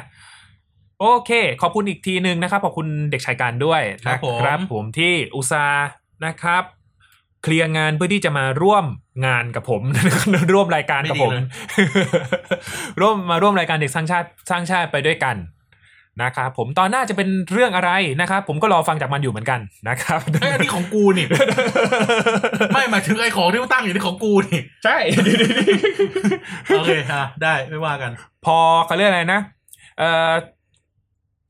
โอเค ขอบคุณอีกทีหนึ่งนะครับ ขอบคุณเด็กชายการด้วยนะครับ ผมที่อุตส่าห์นะครับ เคลียร์งานเพื่อที่จะมาร่วมงานกับผม ร่วมรายการกับผม ไม่ดี ร่วมมาร่วมรายการเด็กสร้างชาติสร้างชาติไปด้วยกันนะครับผมตอนหน้าจะเป็นเรื่องอะไรนะครับ ผมก็รอฟังจากมันอยู่เหมือนกันนะครับ ไอ้ยอันนี้ของกูนี่ ไม่หมายถึงไอ้ของที่มันตั้งอยู่นี่ของกูนี่ ใช่ โอเคอ่ะได้ไม่ว่ากัน พอเขาเรียกอะไรนะ เอ่อ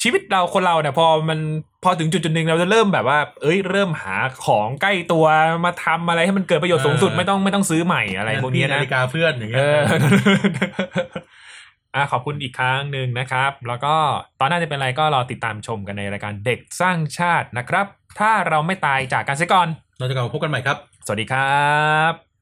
ชีวิตเราคนเราเนี่ยพอมันพอถึงจุดจุดหนึ่งเราจะเริ่มแบบว่า เอ้ยเริ่มหาของใกล้ตัวมาทำอะไรให้มันเกิดประโยชน์สูงสุด เออ ไม่ต้องไม่ต้องซื้อใหม่อะไรพวกเนี้ยนะ นาฬิกาเพื่อนอย่าง เอ เงี้อยอ่ะขอบคุณอีกครั้งหนึ่งนะครับ แล้วก็ตอนหน้าจะเป็นอะไรก็รอติดตามชมกันในรายการเด็กสร้างชาตินะครับ ถ้าเราไม่ตายจากกันเสียก่อน เราจะกลับมาพบกันใหม่ครับ สวัสดีครับ